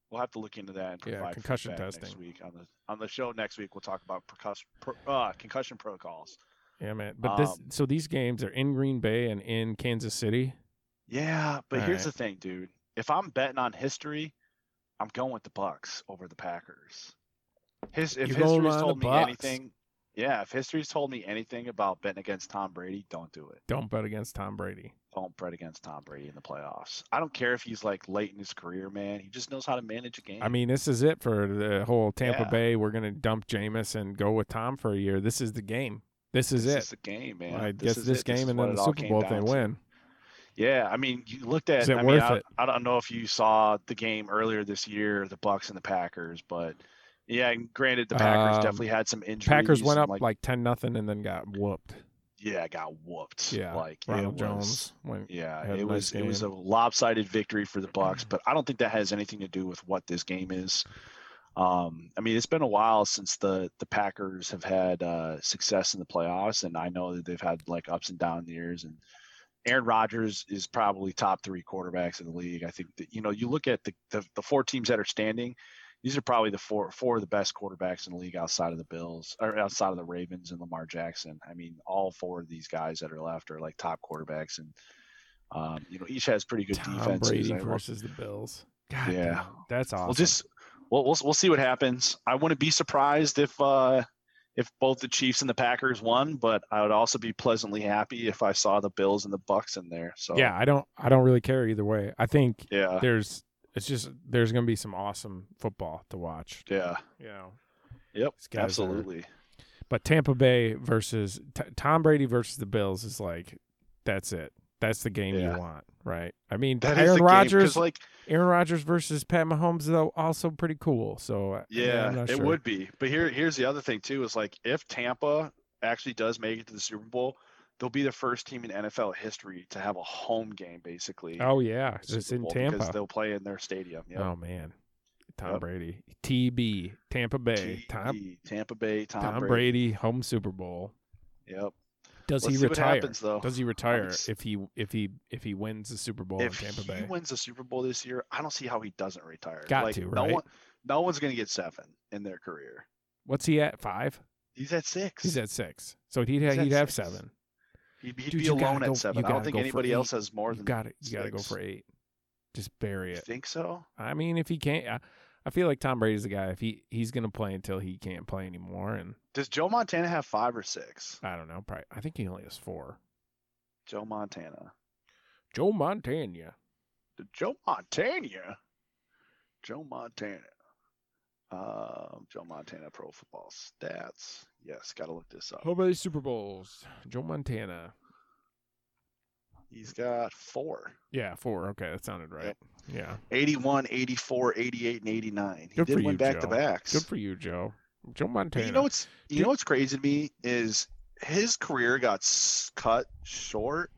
Speaker 4: We'll have to look into that and
Speaker 3: yeah,
Speaker 4: provide
Speaker 3: concussion
Speaker 4: feedback
Speaker 3: testing.
Speaker 4: next week on the on the show. Next week we'll talk about percuss, per, uh, concussion protocols.
Speaker 3: Yeah, man. But this
Speaker 4: Um,
Speaker 3: so these games are in Green Bay and in Kansas City.
Speaker 4: Yeah, but here's
Speaker 3: Alright.
Speaker 4: the thing, dude. If I'm betting on history, I'm going with the Bucks over the Packers. His if
Speaker 3: You're going
Speaker 4: history's
Speaker 3: on the
Speaker 4: told me
Speaker 3: Bucks.
Speaker 4: anything, yeah, if history's told me anything about betting against Tom Brady, don't do it.
Speaker 3: Don't bet against Tom Brady.
Speaker 4: Don't bet against Tom Brady in the playoffs. I don't care if he's like late in his career, man. He just knows how to manage a game.
Speaker 3: I mean, this is it for the whole Tampa
Speaker 4: Yeah.
Speaker 3: Bay. We're gonna dump Jameis and go with Tom for a year. This is the game. This is
Speaker 4: this
Speaker 3: it.
Speaker 4: is the game, man.
Speaker 3: I
Speaker 4: This
Speaker 3: guess
Speaker 4: is
Speaker 3: this
Speaker 4: it. is
Speaker 3: game and
Speaker 4: what
Speaker 3: then
Speaker 4: it
Speaker 3: the
Speaker 4: all
Speaker 3: Super
Speaker 4: came
Speaker 3: Bowl if
Speaker 4: down
Speaker 3: they
Speaker 4: to.
Speaker 3: win.
Speaker 4: Yeah, I mean, you looked at.
Speaker 3: Is it
Speaker 4: I
Speaker 3: worth
Speaker 4: mean, I,
Speaker 3: it?
Speaker 4: I don't know if you saw the game earlier this year, the Bucks and the Packers, but yeah, and granted, the Packers
Speaker 3: Um,
Speaker 4: definitely had some injuries.
Speaker 3: Packers went
Speaker 4: and,
Speaker 3: up like ten nothing and then got whooped.
Speaker 4: yeah, got whooped.
Speaker 3: Yeah,
Speaker 4: like it
Speaker 3: Ronald
Speaker 4: was-
Speaker 3: Jones went.
Speaker 4: Yeah,
Speaker 3: had a
Speaker 4: it
Speaker 3: nice
Speaker 4: was it was a
Speaker 3: game.
Speaker 4: lopsided victory for the Bucks, but I don't think that has anything to do with what this game is. Um, I mean, it's been a while since the the Packers have had uh, success in the playoffs, and I know that they've had like ups and down years. And Aaron Rodgers is probably top three quarterbacks in the league. I think that you know you look at the the, the four teams that are standing. These are probably the four four of the best quarterbacks in the league outside of the Bills or outside of the Ravens and Lamar Jackson. I mean, all four of these guys that are left are like top quarterbacks, and um, you know each has pretty good
Speaker 3: Tom
Speaker 4: defenses.
Speaker 3: Brady
Speaker 4: I-
Speaker 3: versus the Bills. God,
Speaker 4: Yeah.
Speaker 3: damn, that's awesome.
Speaker 4: We'll just we'll, we'll we'll see what happens. I wouldn't be surprised if uh, if both the Chiefs and the Packers won, but I would also be pleasantly happy if I saw the Bills and the Bucks in there. So
Speaker 3: yeah, I don't. I don't really care either way. I think
Speaker 4: uh, yeah,
Speaker 3: there's. It's just there's gonna be some awesome football to watch.
Speaker 4: yeah,
Speaker 3: You know.
Speaker 4: yep,
Speaker 3: These guys are-
Speaker 4: absolutely.
Speaker 3: But Tampa Bay versus T- Tom Brady versus the Bills is like that's it. That's the game
Speaker 4: Yeah.
Speaker 3: you want, right? I mean,
Speaker 4: That is the
Speaker 3: Aaron
Speaker 4: game, 'cause,
Speaker 3: Rodgers,
Speaker 4: like
Speaker 3: Aaron Rodgers versus Pat Mahomes though also pretty cool. So uh,
Speaker 4: yeah,
Speaker 3: I'm not
Speaker 4: it
Speaker 3: sure.
Speaker 4: would be. But here here's the other thing too is like if Tampa actually does make it to the Super Bowl, they'll be the first team in NFL history to have a home game basically.
Speaker 3: Oh yeah, 'cause
Speaker 4: Super
Speaker 3: it's in
Speaker 4: Bowl because
Speaker 3: Tampa.
Speaker 4: they'll play in their stadium. Yep.
Speaker 3: Oh man, Tom
Speaker 4: Yep.
Speaker 3: Brady, TB, Tampa Bay, Tom
Speaker 4: TB, E, Tampa Bay, Tom,
Speaker 3: Tom Brady.
Speaker 4: Brady.
Speaker 3: home Super Bowl.
Speaker 4: Yep.
Speaker 3: Does
Speaker 4: Let's
Speaker 3: he
Speaker 4: see what
Speaker 3: retire?
Speaker 4: happens, though.
Speaker 3: Does he retire
Speaker 4: ex-
Speaker 3: if he if he if he wins the Super Bowl
Speaker 4: if
Speaker 3: in Tampa
Speaker 4: he
Speaker 3: Bay?
Speaker 4: wins the Super Bowl this year, I don't see how he doesn't retire.
Speaker 3: Got
Speaker 4: like,
Speaker 3: to,
Speaker 4: No,
Speaker 3: right?
Speaker 4: one, no one's going to get seven in their career.
Speaker 3: What's he at? Five?
Speaker 4: He's at six.
Speaker 3: He's at six. So he'd
Speaker 4: He's at
Speaker 3: he'd have
Speaker 4: six.
Speaker 3: seven.
Speaker 4: he'd he'd
Speaker 3: Dude,
Speaker 4: be
Speaker 3: you gotta
Speaker 4: alone
Speaker 3: go-
Speaker 4: at
Speaker 3: you
Speaker 4: seven. I don't
Speaker 3: gotta
Speaker 4: think
Speaker 3: go for
Speaker 4: anybody else
Speaker 3: eight.
Speaker 4: has more
Speaker 3: you
Speaker 4: than.
Speaker 3: got it. You got to go
Speaker 4: six.
Speaker 3: for eight. Just bury
Speaker 4: You
Speaker 3: it.
Speaker 4: think so?
Speaker 3: I mean, if he can't, I, I feel like Tom Brady's the guy. If he he's gonna play until he can't play anymore, and
Speaker 4: Does Joe Montana have five or six?
Speaker 3: I don't know. Probably, I think he only has four.
Speaker 4: Joe Montana.
Speaker 3: Joe Montana.
Speaker 4: Did Joe Montana. Joe Montana. Um, Joe Montana Pro Football Stats. Yes, got to look this up.
Speaker 3: How many Super Bowls? Joe Montana.
Speaker 4: He's got four.
Speaker 3: Yeah, four. Okay, that sounded right. Yeah,
Speaker 4: 81, 84, 88, and 89. He
Speaker 3: Good
Speaker 4: did
Speaker 3: for
Speaker 4: win
Speaker 3: you,
Speaker 4: back
Speaker 3: Joe.
Speaker 4: to backs.
Speaker 3: good for you, Joe. Joe Montana.
Speaker 4: You know what's you
Speaker 3: Dude-
Speaker 4: know what's crazy to me is his career got s- cut short.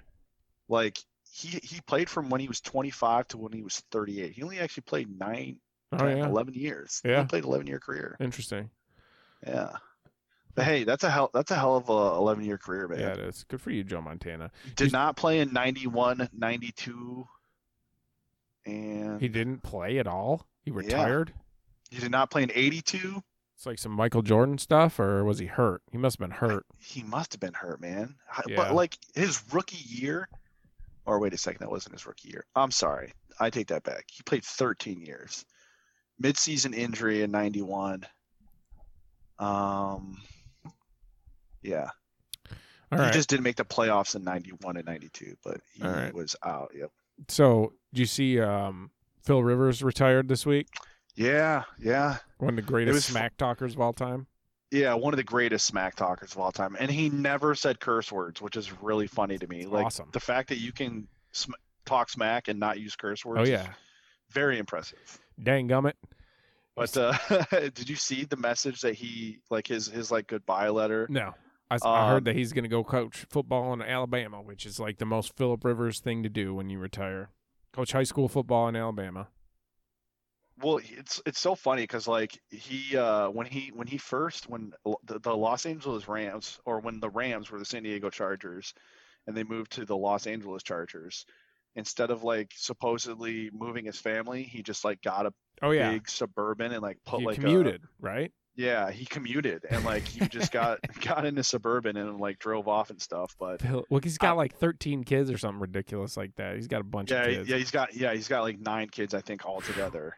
Speaker 4: Like he he played from when he was 25 to when he was 38. He only actually played nine,
Speaker 3: oh
Speaker 4: 10,
Speaker 3: yeah,
Speaker 4: 11 years.
Speaker 3: Yeah.
Speaker 4: he played 11 year career.
Speaker 3: interesting.
Speaker 4: Yeah. But hey, that's a hell that's a hell of a 11 year career, man.
Speaker 3: Yeah, it is. Good for you, Joe Montana.
Speaker 4: He Did not play in 91, 92, and
Speaker 3: He
Speaker 4: he,
Speaker 3: didn't play at all. He retired.
Speaker 4: did not play in 82.
Speaker 3: It's like some Michael Jordan stuff, or was he hurt? He must have been hurt.
Speaker 4: he must have been hurt, man. H-
Speaker 3: Yeah.
Speaker 4: But like his rookie year, or wait a second, that wasn't his rookie year. I'm sorry, I take that back. He played 13 years. Midseason injury in '91. Um, yeah,
Speaker 3: All
Speaker 4: he
Speaker 3: right.
Speaker 4: just didn't make the playoffs in '91 and '92, but he
Speaker 3: All right.
Speaker 4: was out. Yep.
Speaker 3: So, do you see um, Phil Rivers retired this week?
Speaker 4: Yeah, yeah,
Speaker 3: One of the greatest
Speaker 4: was-
Speaker 3: smack talkers of all time.
Speaker 4: yeah. One of the greatest smack talkers of all time, and he never said curse words, which is really funny to me. Like
Speaker 3: Awesome.
Speaker 4: the fact that you can sm- talk smack and not use curse words.
Speaker 3: Oh
Speaker 4: is
Speaker 3: yeah,
Speaker 4: very impressive.
Speaker 3: dang gummit.
Speaker 4: But uh, did you see the message that he like his his like goodbye letter?
Speaker 3: No, I, s- I
Speaker 4: Um,
Speaker 3: heard that he's going to go coach football in Alabama, which is like the most Philip Rivers thing to do when you retire. Coach high school football in Alabama.
Speaker 4: Well, he- it's it's so funny because like he uh when he when he first when L- the, the Los Angeles Rams or when the Rams were the San Diego Chargers, and they moved to the Los Angeles Chargers, instead of like supposedly moving his family, he just like got a
Speaker 3: Oh yeah,
Speaker 4: big suburban and like put
Speaker 3: he
Speaker 4: like uh, a-
Speaker 3: commuted right.
Speaker 4: yeah, he commuted and like he just got got into suburban and like drove off and stuff. But
Speaker 3: Phil, well, he's got like 13 kids or something ridiculous like that. He's got a bunch
Speaker 4: yeah,
Speaker 3: of
Speaker 4: he-
Speaker 3: kids.
Speaker 4: yeah, he's got yeah, he's got like nine kids, I think, all together.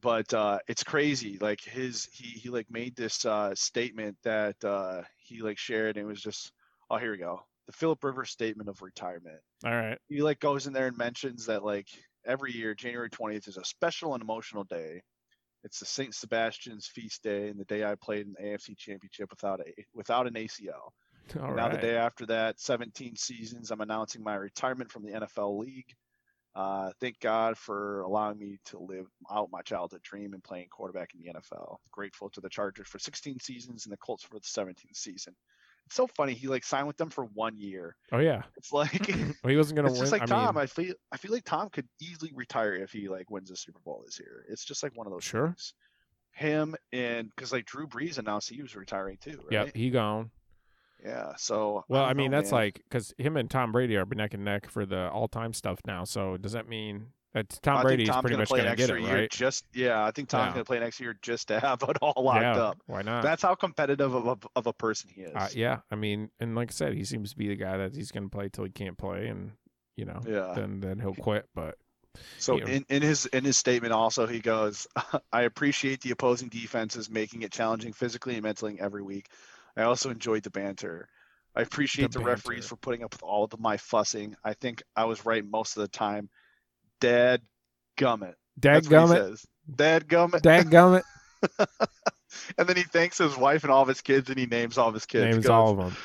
Speaker 4: but uh, it's crazy. Like his he he like made this uh, statement that uh, he like shared, and it was just oh here we go, the Philip Rivers statement of retirement.
Speaker 3: All right.
Speaker 4: He like goes in there and mentions that like every year January twentieth is a special and emotional day. It's the Saint Sebastian's feast day and the day I played in the AFC Championship without a without an ACL.
Speaker 3: All
Speaker 4: And now
Speaker 3: right.
Speaker 4: the day after that, 17 seasons, I'm announcing my retirement from the NFL league. Uh, thank God for allowing me to live out my childhood dream and playing quarterback in the NFL. Grateful to the Chargers for 16 seasons and the Colts for the 17th season. It's so funny. He like signed with them for one year.
Speaker 3: Oh yeah.
Speaker 4: It's like it's
Speaker 3: Well, he wasn't going to win.
Speaker 4: just like
Speaker 3: I
Speaker 4: Tom.
Speaker 3: mean,
Speaker 4: I feel I feel like Tom could easily retire if he like wins the Super Bowl this year. It's just like one of those
Speaker 3: Sure.
Speaker 4: things. Him and because like Drew Brees announced he was retiring too.
Speaker 3: yeah,
Speaker 4: Right?
Speaker 3: he gone.
Speaker 4: Yeah. So
Speaker 3: Well, I
Speaker 4: don't
Speaker 3: mean,
Speaker 4: know,
Speaker 3: that's
Speaker 4: man.
Speaker 3: like because him and Tom Brady are neck and neck for the all-time stuff now. So does that mean that Tom
Speaker 4: I
Speaker 3: Brady's
Speaker 4: think Tom's
Speaker 3: pretty
Speaker 4: gonna
Speaker 3: much
Speaker 4: play
Speaker 3: going to
Speaker 4: an
Speaker 3: get it,
Speaker 4: extra year
Speaker 3: right?
Speaker 4: Just yeah, I think Tom's
Speaker 3: Yeah.
Speaker 4: going to play next year just to have it all locked
Speaker 3: yeah,
Speaker 4: up.
Speaker 3: Why not?
Speaker 4: That's how competitive of a, of a person he is.
Speaker 3: Uh, yeah, I mean, and like I said, he seems to be the guy that he's going to play till he can't play, and you know,
Speaker 4: Yeah.
Speaker 3: then then he'll quit. But
Speaker 4: So
Speaker 3: yeah.
Speaker 4: in, in his in his statement also he goes, I appreciate the opposing defenses making it challenging physically and mentally every week. I also enjoyed the banter. I appreciate
Speaker 3: The
Speaker 4: the, referees
Speaker 3: banter.
Speaker 4: for putting up with all of my fussing. I think I was right most of the time. Dad gummit.
Speaker 3: Dad
Speaker 4: That's what he
Speaker 3: gummit,
Speaker 4: says. Dad gummit.
Speaker 3: Dad gummit
Speaker 4: And then he thanks his wife and all of his kids and he names all of his kids. He
Speaker 3: names
Speaker 4: goes,
Speaker 3: all of them.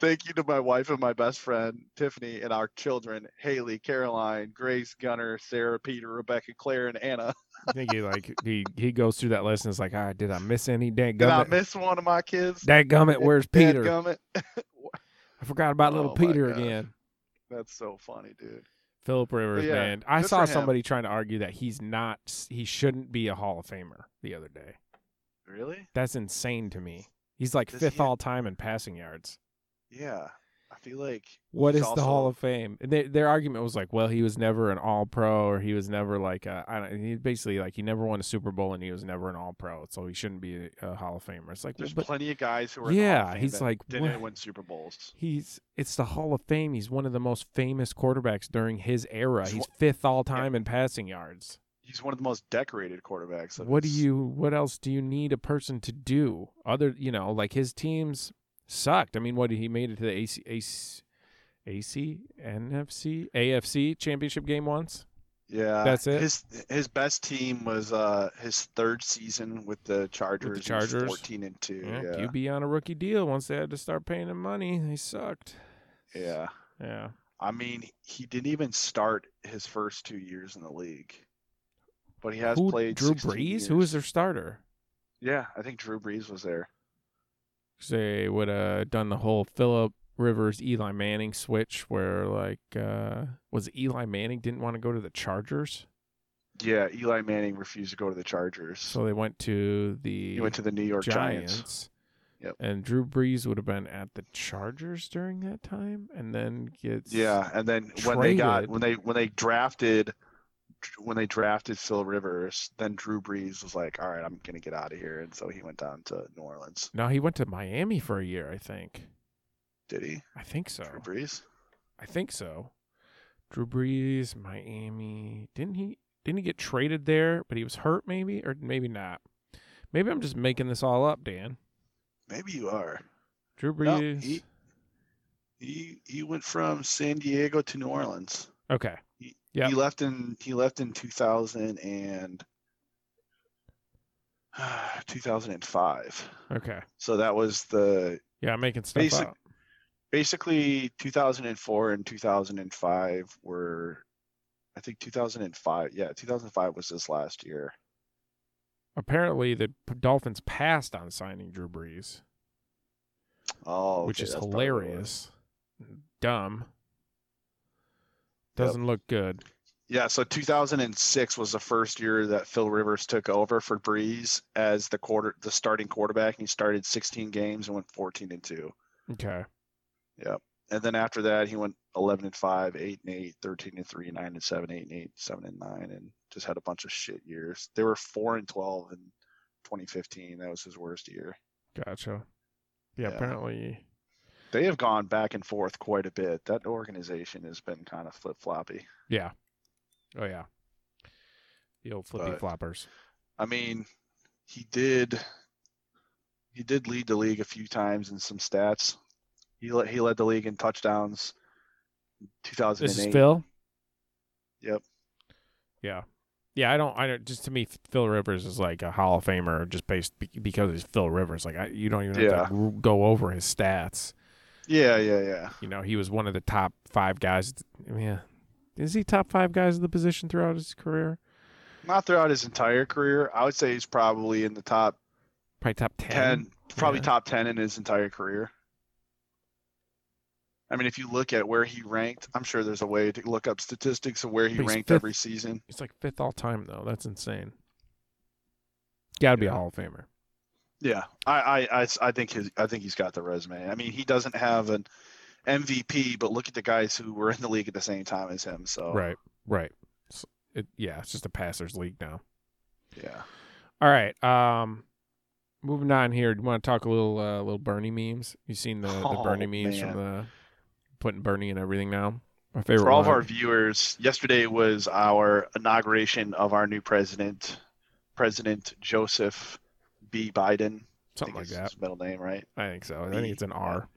Speaker 4: Thank you to my wife and my best friend, Tiffany, and our children, Haley, Caroline, Grace, Gunner, Sarah, Peter, Rebecca, Claire, and Anna.
Speaker 3: I think he like he he goes through that list and is like, ah, did I miss any? Dad
Speaker 4: Did I
Speaker 3: gummit,
Speaker 4: miss one of my kids?
Speaker 3: Dad gummit, where's Peter?
Speaker 4: Dadgummit.
Speaker 3: I forgot about little
Speaker 4: Oh my
Speaker 3: Peter
Speaker 4: gosh.
Speaker 3: again.
Speaker 4: That's so funny, dude.
Speaker 3: Philip Rivers,
Speaker 4: yeah,
Speaker 3: man. I
Speaker 4: good
Speaker 3: saw
Speaker 4: for him.
Speaker 3: somebody trying to argue that he's not, he shouldn't be a Hall of Famer the other day.
Speaker 4: Really?
Speaker 3: That's insane to me. He's like
Speaker 4: Does
Speaker 3: fifth
Speaker 4: he-
Speaker 3: all time in passing yards.
Speaker 4: Yeah. I feel like
Speaker 3: What is
Speaker 4: he's
Speaker 3: the Hall
Speaker 4: also-
Speaker 3: of Fame? And they, their argument was like, well, he was never an All Pro, or he was never like, a, I don't. He basically like he never won a Super Bowl, and he was never an All Pro, so he shouldn't be a, a Hall of Famer. It's like, well,
Speaker 4: there's
Speaker 3: but
Speaker 4: plenty of guys who are in the Hall
Speaker 3: yeah,
Speaker 4: of Fame
Speaker 3: he's
Speaker 4: that
Speaker 3: like,
Speaker 4: didn't
Speaker 3: what?
Speaker 4: win Super Bowls.
Speaker 3: He's it's the Hall of Fame. He's one of the most famous quarterbacks during his era.
Speaker 4: He's
Speaker 3: He's
Speaker 4: one-
Speaker 3: fifth all time in passing yards.
Speaker 4: He's one of the most decorated quarterbacks. Of
Speaker 3: what do
Speaker 4: his-
Speaker 3: you what else do you need a person to do other you know like his teams sucked i mean what he made it to the ac ac ac nfc afc championship game once
Speaker 4: Yeah,
Speaker 3: That's it?
Speaker 4: His his best team was uh his third season with the Chargers. He was
Speaker 3: Chargers.
Speaker 4: fourteen and two.
Speaker 3: yeah.
Speaker 4: Yeah,
Speaker 3: qb on a rookie deal once they had to start paying him money they sucked
Speaker 4: yeah.
Speaker 3: yeah
Speaker 4: I mean, he didn't even start his first two years in the league, but he has
Speaker 3: who
Speaker 4: played.
Speaker 3: drew
Speaker 4: 16
Speaker 3: brees who was
Speaker 4: years.
Speaker 3: their starter
Speaker 4: Yeah, I think Drew Brees was there.
Speaker 3: 'Cause they would have done the whole philip rivers eli manning switch where like uh was it eli manning didn't want to go to the chargers
Speaker 4: Yeah, Eli Manning refused to go to the Chargers.
Speaker 3: so they went to the
Speaker 4: he went to the New York Giants.
Speaker 3: Giants.
Speaker 4: Yep.
Speaker 3: And Drew Brees would have been at the Chargers during that time, and then gets
Speaker 4: Yeah, and then when they got
Speaker 3: Traded.
Speaker 4: when they when they drafted when they drafted Phil Rivers, then Drew Brees was like, "All right, I'm gonna get out of here," and so he went down to New Orleans.
Speaker 3: No, he went to Miami for a year, I think.
Speaker 4: Did he?
Speaker 3: I think so.
Speaker 4: Drew Brees?
Speaker 3: I think so. Drew Brees, Miami. Didn't he? Didn't he get traded there? But he was hurt, maybe, or maybe not. Maybe I'm just making this all up, Dan.
Speaker 4: Maybe you are.
Speaker 3: Drew
Speaker 4: No,
Speaker 3: Brees.
Speaker 4: he- He he went from San Diego to New Orleans.
Speaker 3: Okay.
Speaker 4: He,
Speaker 3: Yeah.
Speaker 4: He left in he left in 2000 and 2005.
Speaker 3: Okay.
Speaker 4: So that was the
Speaker 3: Yeah, I'm making stuff
Speaker 4: Basic-
Speaker 3: up.
Speaker 4: basically 2004 and 2005 were I think 2005. Yeah, 2005 was his last year.
Speaker 3: Apparently, the P- Dolphins passed on signing Drew Brees,
Speaker 4: Oh,
Speaker 3: which
Speaker 4: okay,
Speaker 3: is
Speaker 4: that's probably what it was.
Speaker 3: hilarious. Dumb. Doesn't look good.
Speaker 4: Yeah, so 2006 was the first year that Phil Rivers took over for Breeze as the quarter, the starting quarterback, and he started 16 games and went 14 and two.
Speaker 3: Okay.
Speaker 4: And then after that, he went 11 and five, eight and eight, 13 and three, nine and seven, eight and eight, seven and nine, and just had a bunch of shit years. They were four and 12 in 2015. That was his worst year.
Speaker 3: Gotcha. Yeah,
Speaker 4: Yeah.
Speaker 3: apparently.
Speaker 4: They have gone back and forth quite a bit. That organization has been kind of flip floppy.
Speaker 3: Yeah. Oh, yeah. The old flippy
Speaker 4: But-
Speaker 3: floppers.
Speaker 4: I mean, he did. He did lead the league a few times in some stats. He led, he led the league in touchdowns. in
Speaker 3: This
Speaker 4: 2008.
Speaker 3: is Phil?
Speaker 4: Yep.
Speaker 3: Yeah. Yeah, I don't, I don't, just to me, Phil Rivers is like a Hall of Famer just based be- because he's Phil Rivers. Like, I, you don't even have
Speaker 4: Yeah.
Speaker 3: to r- go over his stats.
Speaker 4: Yeah, yeah, yeah.
Speaker 3: you know, he was one of the top five guys. I mean, yeah. is he top five guys in the position throughout his career?
Speaker 4: Not throughout his entire career. I would say he's probably in the top
Speaker 3: Probably top 10.
Speaker 4: 10, probably
Speaker 3: yeah.
Speaker 4: top 10 in his entire career. I mean, if you look at where he ranked, I'm sure there's a way to look up statistics of where he
Speaker 3: But he's
Speaker 4: ranked
Speaker 3: fifth.
Speaker 4: every season.
Speaker 3: He's like fifth all time, though. That's insane. Got to be a
Speaker 4: Yeah.
Speaker 3: Hall of Famer.
Speaker 4: Yeah, I, I, I, I think his, I think he's got the resume. I mean, he doesn't have an MVP, but look at the guys who were in the league at the same time as him. So
Speaker 3: Right, right. S- it, yeah, it's just a passers league now.
Speaker 4: yeah,
Speaker 3: All right. Um, moving on here. Do you want to talk a little, uh, little Bernie memes? You seen the, the
Speaker 4: Oh,
Speaker 3: Bernie memes from the putting Bernie and everything now? My favorite
Speaker 4: for all of
Speaker 3: one.
Speaker 4: our viewers, yesterday was our inauguration of our new president, President Joseph B. Biden. I
Speaker 3: something
Speaker 4: think
Speaker 3: like
Speaker 4: is
Speaker 3: that.
Speaker 4: His middle name, right?
Speaker 3: I think so. I think it's an R.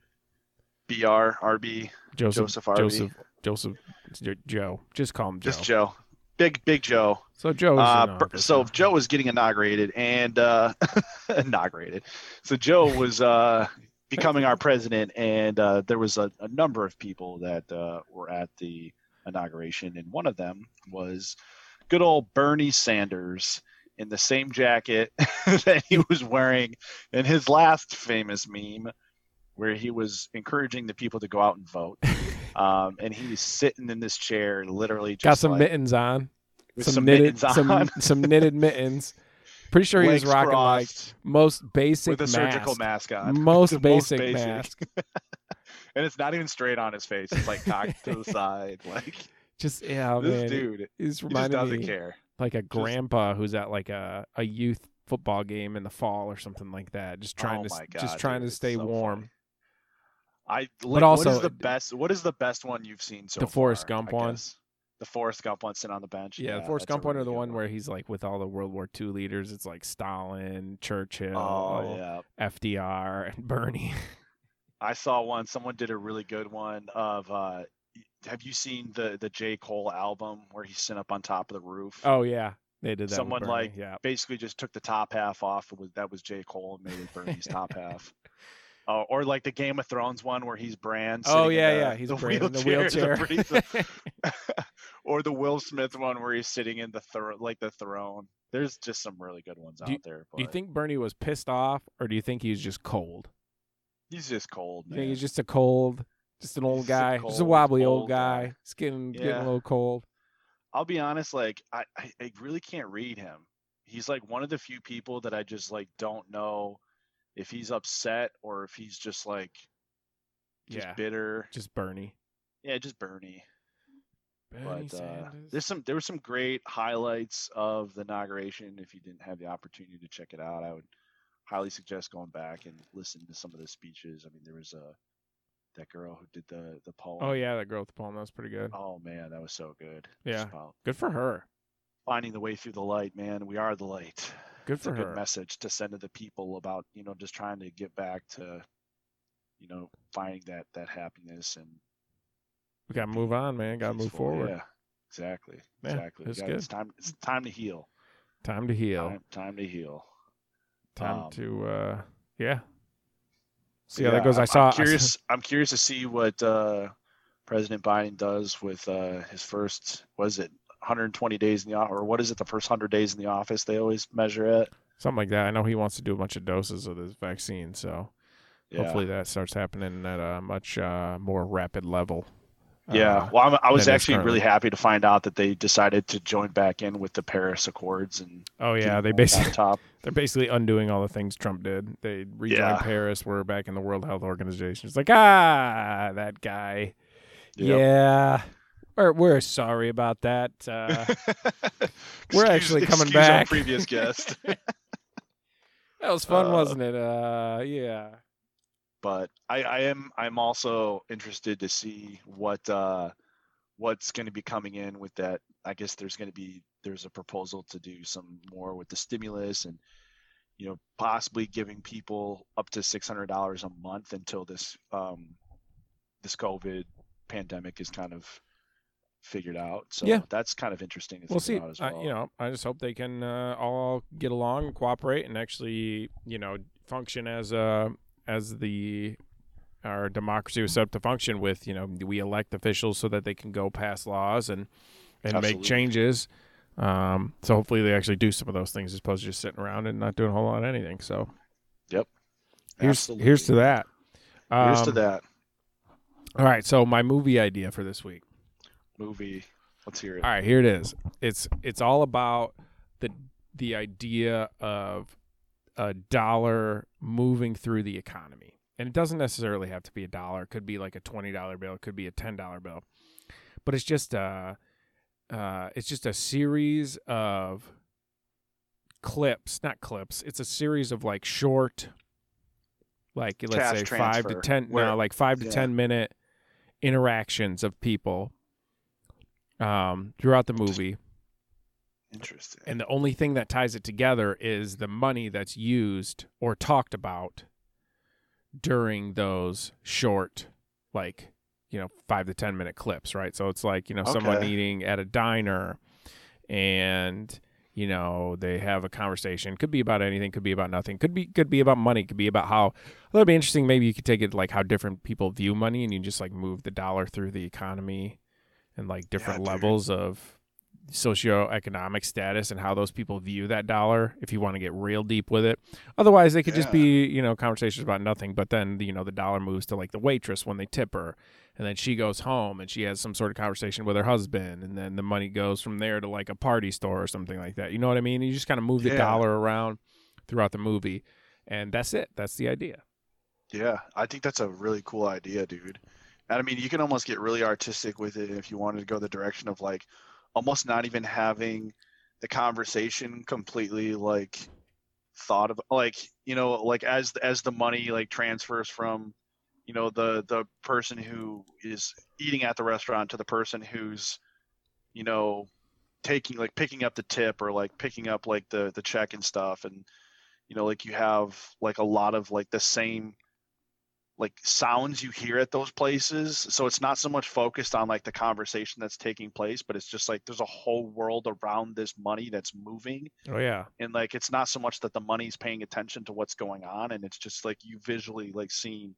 Speaker 4: B R R B
Speaker 3: Joseph
Speaker 4: Joseph R B.
Speaker 3: Joseph, Joseph, J- Joe. Just call him Joe.
Speaker 4: Just Joe. Big Big Joe.
Speaker 3: so Joe.
Speaker 4: Uh, per- so Joe was getting inaugurated and uh, inaugurated. So Joe was uh, becoming our president, and uh, there was a, a number of people that uh, were at the inauguration, and one of them was good old Bernie Sanders in the same jacket that he was wearing in his last famous meme, where he was encouraging the people to go out and vote. Um, and he was sitting in this chair, literally just
Speaker 3: got some
Speaker 4: like,
Speaker 3: mittens on,
Speaker 4: with
Speaker 3: some,
Speaker 4: some
Speaker 3: knitted,
Speaker 4: mittens on.
Speaker 3: some some knitted mittens. Pretty sure he was
Speaker 4: legs
Speaker 3: rocking like
Speaker 4: crossed,
Speaker 3: most basic
Speaker 4: with a surgical mask on.
Speaker 3: Most
Speaker 4: The most
Speaker 3: basic,
Speaker 4: basic.
Speaker 3: mask.
Speaker 4: and it's not even straight on his face. It's like cocked to the side. Like
Speaker 3: Just yeah,
Speaker 4: this
Speaker 3: Oh, man.
Speaker 4: dude,
Speaker 3: he's
Speaker 4: he just
Speaker 3: reminded
Speaker 4: doesn't
Speaker 3: me
Speaker 4: care.
Speaker 3: like a grandpa who's at like a, a youth football game in the fall or something like that. Just trying
Speaker 4: Oh
Speaker 3: to s-
Speaker 4: my
Speaker 3: just
Speaker 4: God,
Speaker 3: trying
Speaker 4: dude,
Speaker 3: to
Speaker 4: it's
Speaker 3: stay
Speaker 4: so
Speaker 3: warm.
Speaker 4: I. Like, what
Speaker 3: also-
Speaker 4: is the best? What is the best one you've seen so
Speaker 3: The
Speaker 4: far?
Speaker 3: Forrest Gump
Speaker 4: I
Speaker 3: one.
Speaker 4: guess? The Forrest Gump one, sitting on the bench.
Speaker 3: Yeah, the Forrest
Speaker 4: that's a
Speaker 3: Gump one or
Speaker 4: really
Speaker 3: the
Speaker 4: good
Speaker 3: one where he's like with all the World War II leaders. It's like Stalin, Churchill,
Speaker 4: Oh yeah,
Speaker 3: FDR, and Bernie.
Speaker 4: I saw one. Someone did a really good one of. uh Have you seen the the J Cole album where he's sitting up on top of the roof?
Speaker 3: Oh yeah, they did that. with
Speaker 4: Someone
Speaker 3: Bernie,
Speaker 4: like-
Speaker 3: yeah.
Speaker 4: basically just took the top half off. It was that was J. Cole and made it Bernie's top half. Uh, or like the Game of Thrones one where he's Bran.
Speaker 3: Oh,
Speaker 4: sitting in
Speaker 3: yeah,
Speaker 4: the-
Speaker 3: yeah, he's
Speaker 4: the
Speaker 3: Bran in the
Speaker 4: wheelchair. is a
Speaker 3: wheelchair.
Speaker 4: breeze. or the Will Smith one where he's sitting in the throne, like the throne. There's just some really good ones
Speaker 3: Do you-
Speaker 4: out there. But
Speaker 3: Do you think Bernie was pissed off, or do you think he was just cold?
Speaker 4: he's just cold?
Speaker 3: You think he's
Speaker 4: man.
Speaker 3: just a cold, just an old
Speaker 4: He's just a
Speaker 3: guy, just a
Speaker 4: cold,
Speaker 3: wobbly old
Speaker 4: old guy.
Speaker 3: guy. It's getting getting
Speaker 4: Yeah.
Speaker 3: a little cold.
Speaker 4: I'll be honest, like I, I, I really can't read him. He's like one of the few people that I just like don't know if he's upset or if he's just like just
Speaker 3: yeah,
Speaker 4: bitter.
Speaker 3: just Bernie.
Speaker 4: Yeah, just Bernie.
Speaker 3: Bernie
Speaker 4: but uh,
Speaker 3: Sanders.
Speaker 4: there's some there were some great highlights of the inauguration. If you didn't have the opportunity to check it out, I would highly suggest going back and listening to some of the speeches. I mean, there was a that girl who did the the poem.
Speaker 3: oh yeah, that girl with the poem that was pretty good.
Speaker 4: Oh man, that was so good. Just
Speaker 3: Yeah.
Speaker 4: about
Speaker 3: Good for her.
Speaker 4: finding the way through the light, man. We are the light.
Speaker 3: Good
Speaker 4: It's a
Speaker 3: for
Speaker 4: good
Speaker 3: her.
Speaker 4: message to send to the people about you know just trying to get back to you know finding that that happiness and
Speaker 3: We gotta move on, man. Gotta move
Speaker 4: peaceful-
Speaker 3: forward.
Speaker 4: Yeah. Exactly.
Speaker 3: Yeah,
Speaker 4: exactly.
Speaker 3: that's
Speaker 4: Yeah,
Speaker 3: good.
Speaker 4: It's time. It's time to heal.
Speaker 3: Time to heal.
Speaker 4: Time, time to heal.
Speaker 3: Time
Speaker 4: um,
Speaker 3: to uh, yeah. See
Speaker 4: Yeah,
Speaker 3: how that goes.
Speaker 4: I'm-
Speaker 3: I saw. I
Speaker 4: I'm
Speaker 3: saw-
Speaker 4: curious. I'm curious to see what uh, President Biden does with uh, his first. Was it 120 days in the office, or what is it? The first 100 days in the office. They always measure it.
Speaker 3: something like that. I know he wants to do a bunch of doses of this vaccine, so
Speaker 4: Yeah.
Speaker 3: hopefully that starts happening at a much uh, more rapid level.
Speaker 4: Yeah.
Speaker 3: Uh,
Speaker 4: well, I'm, I was
Speaker 3: than is
Speaker 4: actually really
Speaker 3: currently.
Speaker 4: happy to find out that they decided to join back in with the Paris Accords and
Speaker 3: oh yeah,
Speaker 4: keep
Speaker 3: they
Speaker 4: on
Speaker 3: basically
Speaker 4: top.
Speaker 3: they're basically undoing all the things Trump did. They rejoined
Speaker 4: Yeah.
Speaker 3: Paris. We're back in the World Health Organization. It's like ah, that guy.
Speaker 4: Yep.
Speaker 3: Yeah. We're, we're sorry about that. Uh,
Speaker 4: Excuse-
Speaker 3: actually coming
Speaker 4: excuse our
Speaker 3: back.
Speaker 4: previous guest,
Speaker 3: that was fun,
Speaker 4: Uh,
Speaker 3: wasn't it? Uh, yeah.
Speaker 4: but I, I am I'm also interested to see what uh, what's going to be coming in with that. I guess there's going to be there's a proposal to do some more with the stimulus and you know possibly giving people up to six hundred dollars a month until this um, this COVID pandemic is kind of figured out. So
Speaker 3: Yeah.
Speaker 4: that's kind of interesting. To
Speaker 3: We'll
Speaker 4: think
Speaker 3: see.
Speaker 4: About as
Speaker 3: I-
Speaker 4: well.
Speaker 3: you know, I just hope they can uh, all get along, cooperate, and actually, you know, function as uh, as the our democracy was set up to function with. You know, we elect officials so that they can go pass laws and and
Speaker 4: Absolutely.
Speaker 3: make changes. Um, so hopefully they actually do some of those things as opposed to just sitting around and not doing a whole lot of anything. So
Speaker 4: Yep.
Speaker 3: here's here's to that.
Speaker 4: Here's to
Speaker 3: Um,
Speaker 4: that
Speaker 3: All right, so my movie idea for this week.
Speaker 4: movie. Let's hear it.
Speaker 3: All right, here it is. It's it's all about the the idea of a dollar moving through the economy. And it doesn't necessarily have to be a dollar. It could be like a $20 bill, it could be a $10 bill. But it's just a uh, it's just a series of clips, not clips. It's a series of like short like let's
Speaker 4: Cash
Speaker 3: say 5 to
Speaker 4: transfer,
Speaker 3: 10
Speaker 4: where-
Speaker 3: no, like 5 to
Speaker 4: yeah.
Speaker 3: 10 minute interactions of people um, throughout the movie.
Speaker 4: Interesting.
Speaker 3: And the only thing that ties it together is the money that's used or talked about during those short, like, you know, five to 10 minute clips, right? So it's like, you know, someone
Speaker 4: Okay.
Speaker 3: eating at a diner and. You know, they have a conversation. Could be about anything. Could be about nothing. Could be could be about money. Could be about how well, that'd be interesting. Maybe you could take it like how different people view money, and you just like move the dollar through the economy, and like different
Speaker 4: dude.
Speaker 3: levels of socioeconomic status and how those people view that dollar. If you want to get real deep with it, otherwise they could just
Speaker 4: Yeah.
Speaker 3: be you know conversations about nothing. But then you know the dollar moves to like the waitress when they tip her, and then she goes home and she has some sort of conversation with her husband, and then the money goes from there to like a party store or something like that. You know what I mean? You just kind of move the
Speaker 4: Yeah.
Speaker 3: dollar around throughout the movie. And that's it. That's the idea.
Speaker 4: Yeah, I think that's a really cool idea, dude. And I mean, you can almost get really artistic with it if you wanted to go the direction of like almost not even having the conversation completely like thought of like, you know, like as as the money like transfers from, you know, the the person who is eating at the restaurant to the person who's, you know, taking like picking up the tip or like picking up like the the check and stuff and you know like you have like a lot of like the same like sounds you hear at those places so it's not so much focused on like the conversation that's taking place but it's just like there's a whole world around this money that's moving
Speaker 3: Oh yeah.
Speaker 4: and like it's not so much that the money's paying attention to what's going on and it's just like you visually like seeing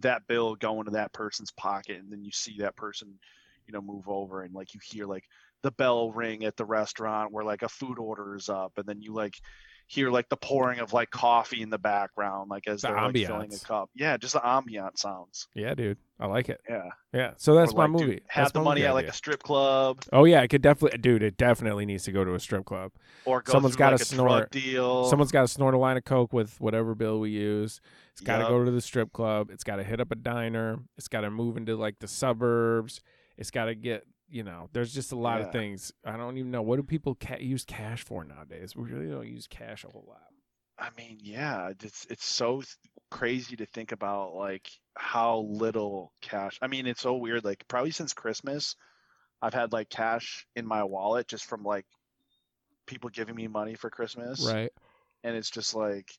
Speaker 4: that bill go into that person's pocket and then you see that person you know move over and like you hear like the bell ring at the restaurant where like a food order is up and then you like hear like the pouring of like coffee in the background like as
Speaker 3: The
Speaker 4: they're like filling a
Speaker 3: ambiance.
Speaker 4: cup yeah just the ambient sounds
Speaker 3: Yeah, dude. I like it.
Speaker 4: yeah
Speaker 3: Yeah. So that's
Speaker 4: Or,
Speaker 3: my
Speaker 4: like, dude,
Speaker 3: movie.
Speaker 4: have
Speaker 3: That's
Speaker 4: the
Speaker 3: my
Speaker 4: money
Speaker 3: movie
Speaker 4: at like
Speaker 3: idea.
Speaker 4: a strip club
Speaker 3: Oh yeah, it could definitely dude, it definitely needs to go to a strip club.
Speaker 4: or go
Speaker 3: Someone's
Speaker 4: through,
Speaker 3: gotta
Speaker 4: like, a
Speaker 3: snort.
Speaker 4: drug deal
Speaker 3: Someone's gotta snort a line of coke with whatever bill we use. It's gotta
Speaker 4: Yup.
Speaker 3: go to the strip club. It's gotta hit up a diner. It's gotta move into like the suburbs. It's gotta get you know, there's just a lot of
Speaker 4: Yeah.
Speaker 3: things. I don't even know. What do people ca- use cash for nowadays? We really don't use cash a whole lot.
Speaker 4: I mean, yeah, it's it's so th- crazy to think about like how little cash. I mean, it's so weird. Like probably since Christmas, I've had like cash in my wallet just from like people giving me money for Christmas,
Speaker 3: Right.
Speaker 4: and it's just like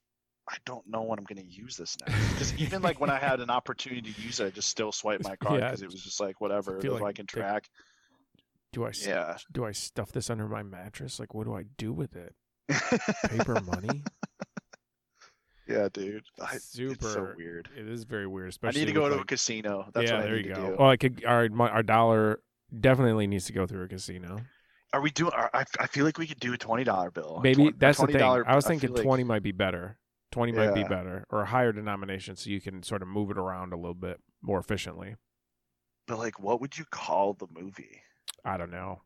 Speaker 4: I don't know when I'm going to use this now. Because even like when I had an opportunity to use it, I just still swiped my card
Speaker 3: Yeah,
Speaker 4: because it was just like whatever
Speaker 3: feel
Speaker 4: if
Speaker 3: like
Speaker 4: I can
Speaker 3: they-
Speaker 4: track.
Speaker 3: Do I s-
Speaker 4: Yeah.
Speaker 3: do I stuff this under my mattress? Like, what do I do with it? Paper money?
Speaker 4: yeah, dude. I,
Speaker 3: Super
Speaker 4: It's so weird.
Speaker 3: It is very weird.
Speaker 4: I
Speaker 3: Especially
Speaker 4: need to go
Speaker 3: with,
Speaker 4: to a
Speaker 3: like-
Speaker 4: casino. That's
Speaker 3: yeah,
Speaker 4: what I
Speaker 3: there
Speaker 4: need
Speaker 3: you
Speaker 4: to
Speaker 3: go.
Speaker 4: do.
Speaker 3: Well, I could our mon- our dollar definitely needs to go through a casino.
Speaker 4: Are we doing? Are, I, I feel like we could do a twenty dollar bill. A
Speaker 3: Maybe
Speaker 4: twen- a
Speaker 3: that's the thing.
Speaker 4: $20
Speaker 3: I was
Speaker 4: feel
Speaker 3: thinking
Speaker 4: like-
Speaker 3: twenty might be better. Twenty might be
Speaker 4: Yeah.
Speaker 3: better, or a higher denomination, so you can sort of move it around a little bit more efficiently.
Speaker 4: But like, what would you call the movie?
Speaker 3: I don't know.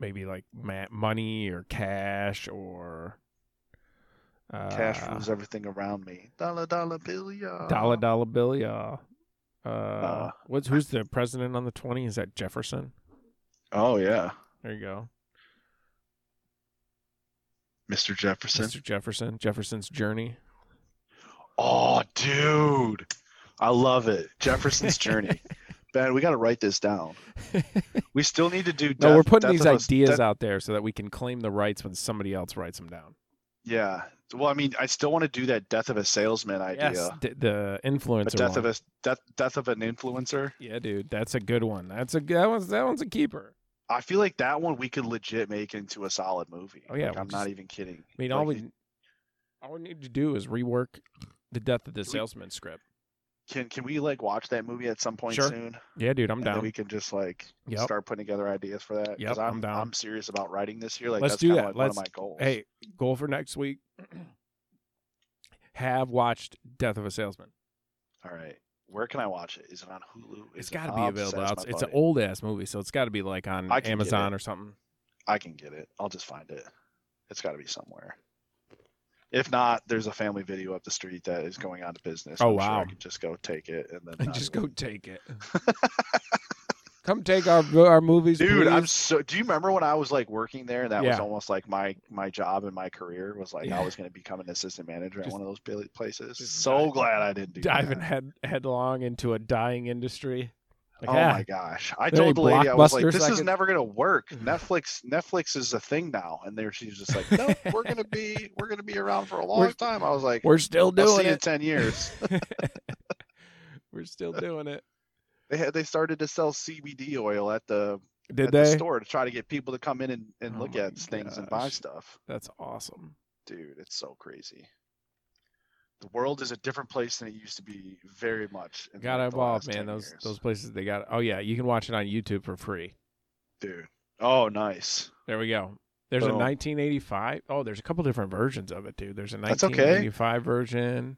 Speaker 3: Maybe like ma- money or cash or uh,
Speaker 4: Cash rules everything around me. Dollar dollar bill, yeah.
Speaker 3: Dollar dollar bill, yeah. Uh,
Speaker 4: Uh,
Speaker 3: what's who's the president on the twenty? Is that Jefferson?
Speaker 4: Oh yeah,
Speaker 3: There you go,
Speaker 4: Mr. Jefferson.
Speaker 3: Mr. Jefferson. Jefferson's journey.
Speaker 4: Oh, dude, I love it. Jefferson's Journey. Ben, we got to write this down. We still need to do.
Speaker 3: No,
Speaker 4: Death-
Speaker 3: we're putting
Speaker 4: Death
Speaker 3: these
Speaker 4: of a-
Speaker 3: ideas
Speaker 4: Death-
Speaker 3: out there so that we can claim the rights when somebody else writes them down.
Speaker 4: Yeah. Well, I mean, I still want to do that Death of a Salesman idea.
Speaker 3: Yes, d- the
Speaker 4: But
Speaker 3: influencer.
Speaker 4: death
Speaker 3: one.
Speaker 4: of a death, death of an influencer.
Speaker 3: yeah, dude, that's a good one. That's a that one's that one's a keeper.
Speaker 4: I feel like that one we could legit make into a solid movie.
Speaker 3: Oh, yeah,
Speaker 4: Like,
Speaker 3: we'll
Speaker 4: I'm not
Speaker 3: just-
Speaker 4: even kidding.
Speaker 3: I mean,
Speaker 4: Like,
Speaker 3: all
Speaker 4: it-
Speaker 3: we all we need to do is rework the death of the
Speaker 4: we-
Speaker 3: salesman script.
Speaker 4: can can we like watch that movie at some point
Speaker 3: Sure.
Speaker 4: soon?
Speaker 3: Yeah, dude, I'm
Speaker 4: And then
Speaker 3: down.
Speaker 4: we can just like
Speaker 3: Yep.
Speaker 4: start putting together ideas for that. 'cause
Speaker 3: Yep, I'm
Speaker 4: I'm,
Speaker 3: down.
Speaker 4: I'm serious about writing this year. Like
Speaker 3: Let's
Speaker 4: that's
Speaker 3: do
Speaker 4: kinda,
Speaker 3: that.
Speaker 4: Like,
Speaker 3: Let's-
Speaker 4: one of my goals.
Speaker 3: Hey, goal for next week: have watched Death of a Salesman.
Speaker 4: all right. Where can I watch it? Is it on Hulu?
Speaker 3: it's
Speaker 4: Is it
Speaker 3: got to be
Speaker 4: on-
Speaker 3: available.
Speaker 4: Says
Speaker 3: Out.
Speaker 4: my
Speaker 3: It's an
Speaker 4: buddy.
Speaker 3: old ass movie, so it's got to be like on
Speaker 4: I can get
Speaker 3: Amazon
Speaker 4: it.
Speaker 3: or something.
Speaker 4: I can get it. I'll just find it. It's got to be somewhere. If not, there's a family video up the street that is going out of business.
Speaker 3: Oh,
Speaker 4: I'm sure I
Speaker 3: wow.
Speaker 4: could just go take it and then
Speaker 3: And
Speaker 4: not
Speaker 3: just
Speaker 4: even-
Speaker 3: go take it. Come take our our movies,
Speaker 4: Dude, I'm
Speaker 3: please.
Speaker 4: so. Do you remember when I was like working there? and That was
Speaker 3: Yeah.
Speaker 4: almost like my my job and my career was like
Speaker 3: Yeah.
Speaker 4: I was going to become an assistant manager at
Speaker 3: Just-
Speaker 4: one of those pla- places.
Speaker 3: just
Speaker 4: So
Speaker 3: dive-
Speaker 4: glad I didn't do
Speaker 3: diving
Speaker 4: that.
Speaker 3: head headlong into a dying industry. Like,
Speaker 4: oh
Speaker 3: ah,
Speaker 4: my gosh! I
Speaker 3: there any
Speaker 4: told the lady I was like,
Speaker 3: blockbusters
Speaker 4: "This
Speaker 3: I
Speaker 4: is
Speaker 3: could-
Speaker 4: never going to work."
Speaker 3: Mm.
Speaker 4: Netflix Netflix is a thing now, and there she's just like, "No, we're going to be we're going to be around for a long
Speaker 3: We're-
Speaker 4: time." I was like,
Speaker 3: we're still
Speaker 4: I'll see
Speaker 3: doing
Speaker 4: you in
Speaker 3: it.
Speaker 4: ten years.
Speaker 3: we're still doing it.
Speaker 4: They had they started to sell CBD oil at the
Speaker 3: Did
Speaker 4: at the
Speaker 3: they?
Speaker 4: store to try to get people to come in and, and
Speaker 3: Oh
Speaker 4: look
Speaker 3: my
Speaker 4: at things and buy
Speaker 3: gosh.
Speaker 4: stuff.
Speaker 3: That's awesome.
Speaker 4: Dude, it's so crazy. The world is a different place than it used to be, very much. in,
Speaker 3: Got
Speaker 4: like, the
Speaker 3: evolved,
Speaker 4: last
Speaker 3: man.
Speaker 4: 10
Speaker 3: Those
Speaker 4: years.
Speaker 3: those places they got. Oh yeah, you can watch it on YouTube for free.
Speaker 4: dude. Oh, nice.
Speaker 3: There we go. There's a
Speaker 4: Boom.
Speaker 3: 1985. Oh, there's a couple different versions of it, dude. There's a
Speaker 4: That's okay.
Speaker 3: 1985 version.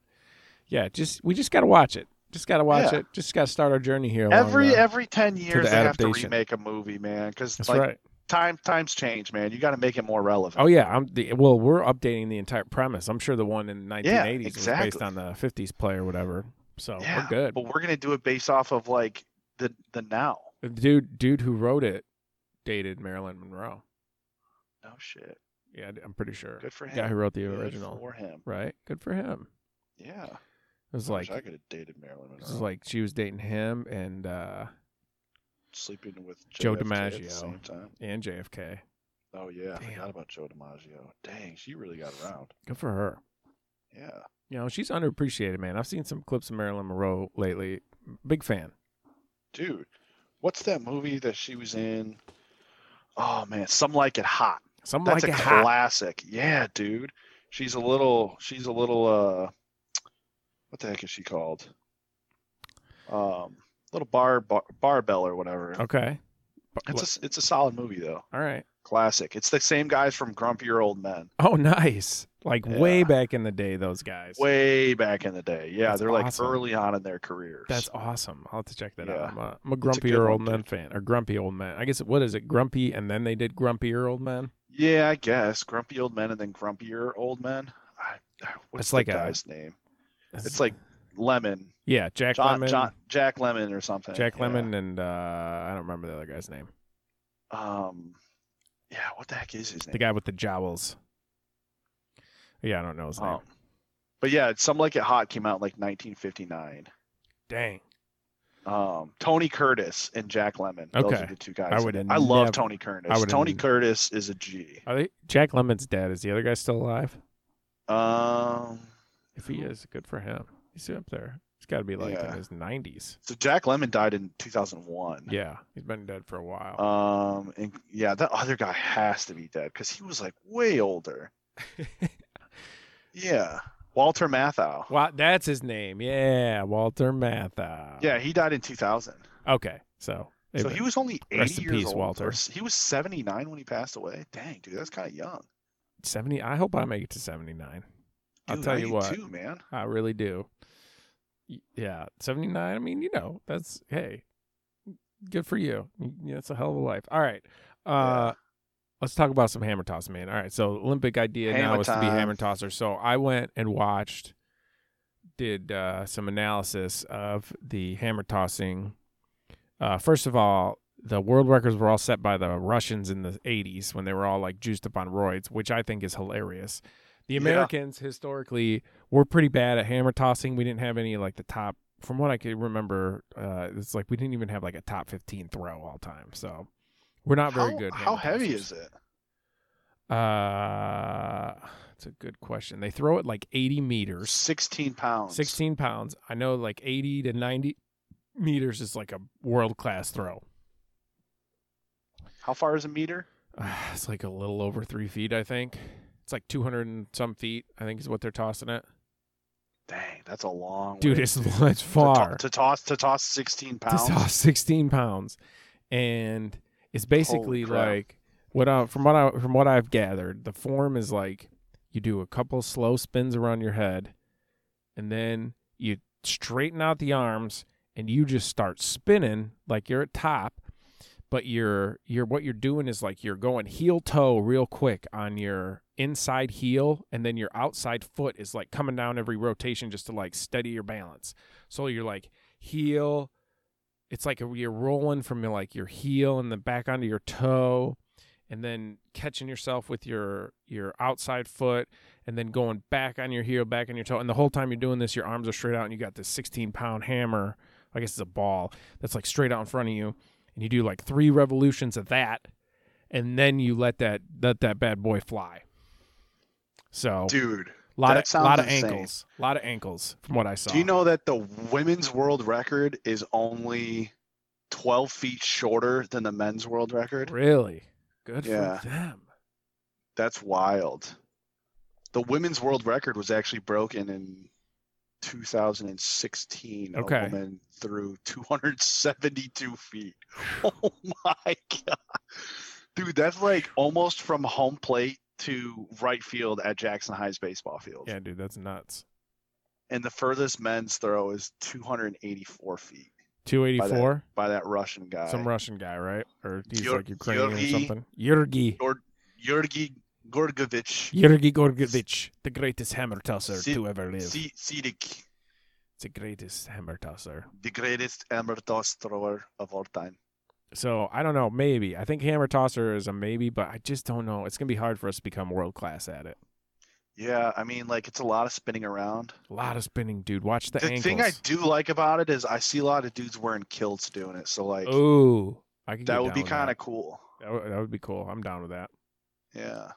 Speaker 3: Yeah, just we just gotta watch it. Just gotta watch
Speaker 4: Yeah.
Speaker 3: it. Just gotta start our journey here. along
Speaker 4: Every
Speaker 3: the-
Speaker 4: every ten years
Speaker 3: uh, the
Speaker 4: they have to
Speaker 3: adaptation.
Speaker 4: remake a movie, man, because
Speaker 3: That's
Speaker 4: like
Speaker 3: right.
Speaker 4: time times change, man. You got to make it more relevant.
Speaker 3: Oh yeah, I'm the well. We're updating the entire premise. I'm sure the one in 1980s was based
Speaker 4: exactly.
Speaker 3: on the 50s play or whatever. So
Speaker 4: Yeah,
Speaker 3: Oh, we're good.
Speaker 4: But we're gonna do it based off of like the the now.
Speaker 3: The dude, dude who wrote it dated Marilyn Monroe.
Speaker 4: No shit.
Speaker 3: Yeah, I'm pretty sure.
Speaker 4: Good for
Speaker 3: The
Speaker 4: him.
Speaker 3: guy who wrote the
Speaker 4: Good
Speaker 3: original,
Speaker 4: for him.
Speaker 3: right? Good for him.
Speaker 4: Yeah.
Speaker 3: It was
Speaker 4: I
Speaker 3: like
Speaker 4: wish I could have dated Marilyn
Speaker 3: it
Speaker 4: Monroe.
Speaker 3: was like she was dating him and uh
Speaker 4: sleeping with
Speaker 3: Joe
Speaker 4: JFK at the
Speaker 3: DiMaggio.
Speaker 4: same time.
Speaker 3: and JFK.
Speaker 4: Oh yeah, I
Speaker 3: Damn.
Speaker 4: forgot about Joe DiMaggio. Dang, she really got around.
Speaker 3: Good for her.
Speaker 4: Yeah.
Speaker 3: You know, she's underappreciated, man. I've seen some clips of Marilyn Monroe lately. Big fan.
Speaker 4: Dude, what's that movie that she was in? Oh man, Some Like It Hot.
Speaker 3: Some
Speaker 4: That's
Speaker 3: like
Speaker 4: a
Speaker 3: it hot.
Speaker 4: classic. Yeah, dude. She's a little she's a little uh what the heck is she called? Um little bar, bar barbell or whatever.
Speaker 3: Okay. But
Speaker 4: It's a,
Speaker 3: look,
Speaker 4: s- it's a solid movie though.
Speaker 3: all right.
Speaker 4: Classic. It's the same guys from Grumpier Old Men.
Speaker 3: Oh, nice. Like way
Speaker 4: Yeah.
Speaker 3: back in the day, those guys.
Speaker 4: way back in the day. Yeah,
Speaker 3: That's
Speaker 4: they're like
Speaker 3: awesome.
Speaker 4: early on in their careers.
Speaker 3: That's awesome. I'll have to check that
Speaker 4: Yeah.
Speaker 3: out. I'm a, I'm a
Speaker 4: It's a good
Speaker 3: grumpier old
Speaker 4: one,
Speaker 3: men
Speaker 4: dude.
Speaker 3: fan, or grumpy old man. I guess what is it? Grumpy, and then they did grumpier old man.
Speaker 4: yeah, I guess grumpy old men and then grumpier old men. I, I- what's
Speaker 3: It's like a-
Speaker 4: the guy's name? It's like Lemon,
Speaker 3: yeah, Jack
Speaker 4: John,
Speaker 3: Lemon,
Speaker 4: John, Jack Lemon or something.
Speaker 3: Jack
Speaker 4: yeah.
Speaker 3: Lemon, and uh, I don't remember the other guy's name.
Speaker 4: Um, yeah, what the heck is his name?
Speaker 3: The guy with the jowls. Yeah, I don't know his name.
Speaker 4: Um, but yeah, some like it hot came out in like 1959.
Speaker 3: Dang,
Speaker 4: Um, Tony Curtis and Jack Lemon. Those
Speaker 3: Okay.
Speaker 4: are the two guys.
Speaker 3: I would
Speaker 4: I love
Speaker 3: nev-
Speaker 4: Tony Curtis.
Speaker 3: I would
Speaker 4: Tony
Speaker 3: nev-
Speaker 4: Curtis is a G.
Speaker 3: are they? Jack Lemon's dead. Is the other guy still alive?
Speaker 4: Um,
Speaker 3: If he is, good for him. He's up there. He's got to be like in
Speaker 4: Yeah.
Speaker 3: his 90s.
Speaker 4: So Jack Lemon died in 2001.
Speaker 3: Yeah, he's been dead for a while.
Speaker 4: Um, and yeah, that other guy has to be dead because he was like way older. yeah, Walter Matthau.
Speaker 3: wow, that's his name. Yeah, Walter Matthau.
Speaker 4: Yeah, he died in 2000.
Speaker 3: Okay, so
Speaker 4: so he was only 80
Speaker 3: Rest in
Speaker 4: years
Speaker 3: peace,
Speaker 4: old. or
Speaker 3: Walter.
Speaker 4: s- He was 79 when he passed away. Dang, dude, that's kind of young.
Speaker 3: 70. I hope I make it to 79. I'll
Speaker 4: Dude,
Speaker 3: tell
Speaker 4: I
Speaker 3: you
Speaker 4: do
Speaker 3: what.
Speaker 4: too, man.
Speaker 3: I really do. Y- Yeah, 79. I mean, you know, that's hey, good for you. Y- That's a hell of a life. All right. Uh let's talk about some hammer toss, man. All right. So, Olympic idea now
Speaker 4: Hammer
Speaker 3: is to be
Speaker 4: time.
Speaker 3: hammer tosser. So, I went and watched did uh some analysis of the hammer tossing. Uh first of all, the world records were all set by the Russians in the 80s when they were all like juiced up on roids, which I think is hilarious. The
Speaker 4: Yeah.
Speaker 3: Americans historically were pretty bad at hammer tossing. We didn't have any like the top, from what I could remember, uh, it's like we didn't even have like a top 15 throw all time. So we're not very
Speaker 4: how,
Speaker 3: good.
Speaker 4: How heavy is it?
Speaker 3: it? Uh, it's a good question. They throw it like 80 meters.
Speaker 4: 16 pounds.
Speaker 3: 16 pounds. I know like 80 to 90 meters is like a world class throw.
Speaker 4: How far is a meter?
Speaker 3: Uh, it's like a little over three feet, I think. It's like 200 and some feet, I think is what they're tossing it.
Speaker 4: Dang, that's a long.
Speaker 3: Dude,
Speaker 4: way
Speaker 3: it's,
Speaker 4: to-
Speaker 3: it's
Speaker 4: to to-
Speaker 3: far.
Speaker 4: to, toss to toss 16 pounds.
Speaker 3: To toss 16 pounds, and it's basically
Speaker 4: crap.
Speaker 3: like what I, from what I from what I've gathered, the form is like you do a couple slow spins around your head, and then you straighten out the arms, and you just start spinning like you're at top. But you're you're what you're doing is like you're going heel toe real quick on your inside heel, and then your outside foot is like coming down every rotation just to like steady your balance. So you're like heel, it's like you're rolling from your, like your heel and then back onto your toe and then catching yourself with your your outside foot and then going back on your heel back on your toe and the whole time you're doing this your arms are straight out and you got this 16 pound hammer i guess it's a ball that's like straight out in front of you and you do like three revolutions of that and then you let that let that bad boy fly so
Speaker 4: Dude,
Speaker 3: a lot
Speaker 4: that
Speaker 3: of
Speaker 4: sounds
Speaker 3: lot of
Speaker 4: insane.
Speaker 3: ankles a lot of ankles from what i saw
Speaker 4: do you know that the women's world record is only 12 feet shorter than the men's world record?
Speaker 3: really good
Speaker 4: Yeah.
Speaker 3: for them
Speaker 4: That's wild. The women's world record was actually broken in 2016.
Speaker 3: Okay.
Speaker 4: A woman threw 272 feet. Oh my god, dude, that's like almost from home plate to right field at Jackson High's baseball field.
Speaker 3: yeah dude that's nuts
Speaker 4: And the furthest men's throw is 284 feet
Speaker 3: 284
Speaker 4: by that Russian guy.
Speaker 3: some Russian guy, right? Or he's
Speaker 4: Yer-
Speaker 3: like Ukrainian
Speaker 4: Yergi-
Speaker 3: or something. Yurgi.
Speaker 4: Yurgi Gorgovich
Speaker 3: Yurgi Gorgovich, the greatest hammer tosser
Speaker 4: Si-
Speaker 3: to ever live.
Speaker 4: Si- Sidik,
Speaker 3: the greatest hammer tosser.
Speaker 4: the greatest Ambertos thrower of all time.
Speaker 3: So I don't know. Maybe I think hammer tosser is a maybe, but I just don't know. It's gonna be hard for us to become world class at it.
Speaker 4: Yeah, I mean, like it's a lot of spinning around.
Speaker 3: A lot of spinning, dude. Watch the,
Speaker 4: The
Speaker 3: ankles.
Speaker 4: thing I do like about it is I see a lot of dudes wearing kilts doing it, so like
Speaker 3: Oh, Ooh, I could
Speaker 4: that would be
Speaker 3: kind
Speaker 4: kind of cool.
Speaker 3: That would, that would be cool. I'm down with that.
Speaker 4: Yeah,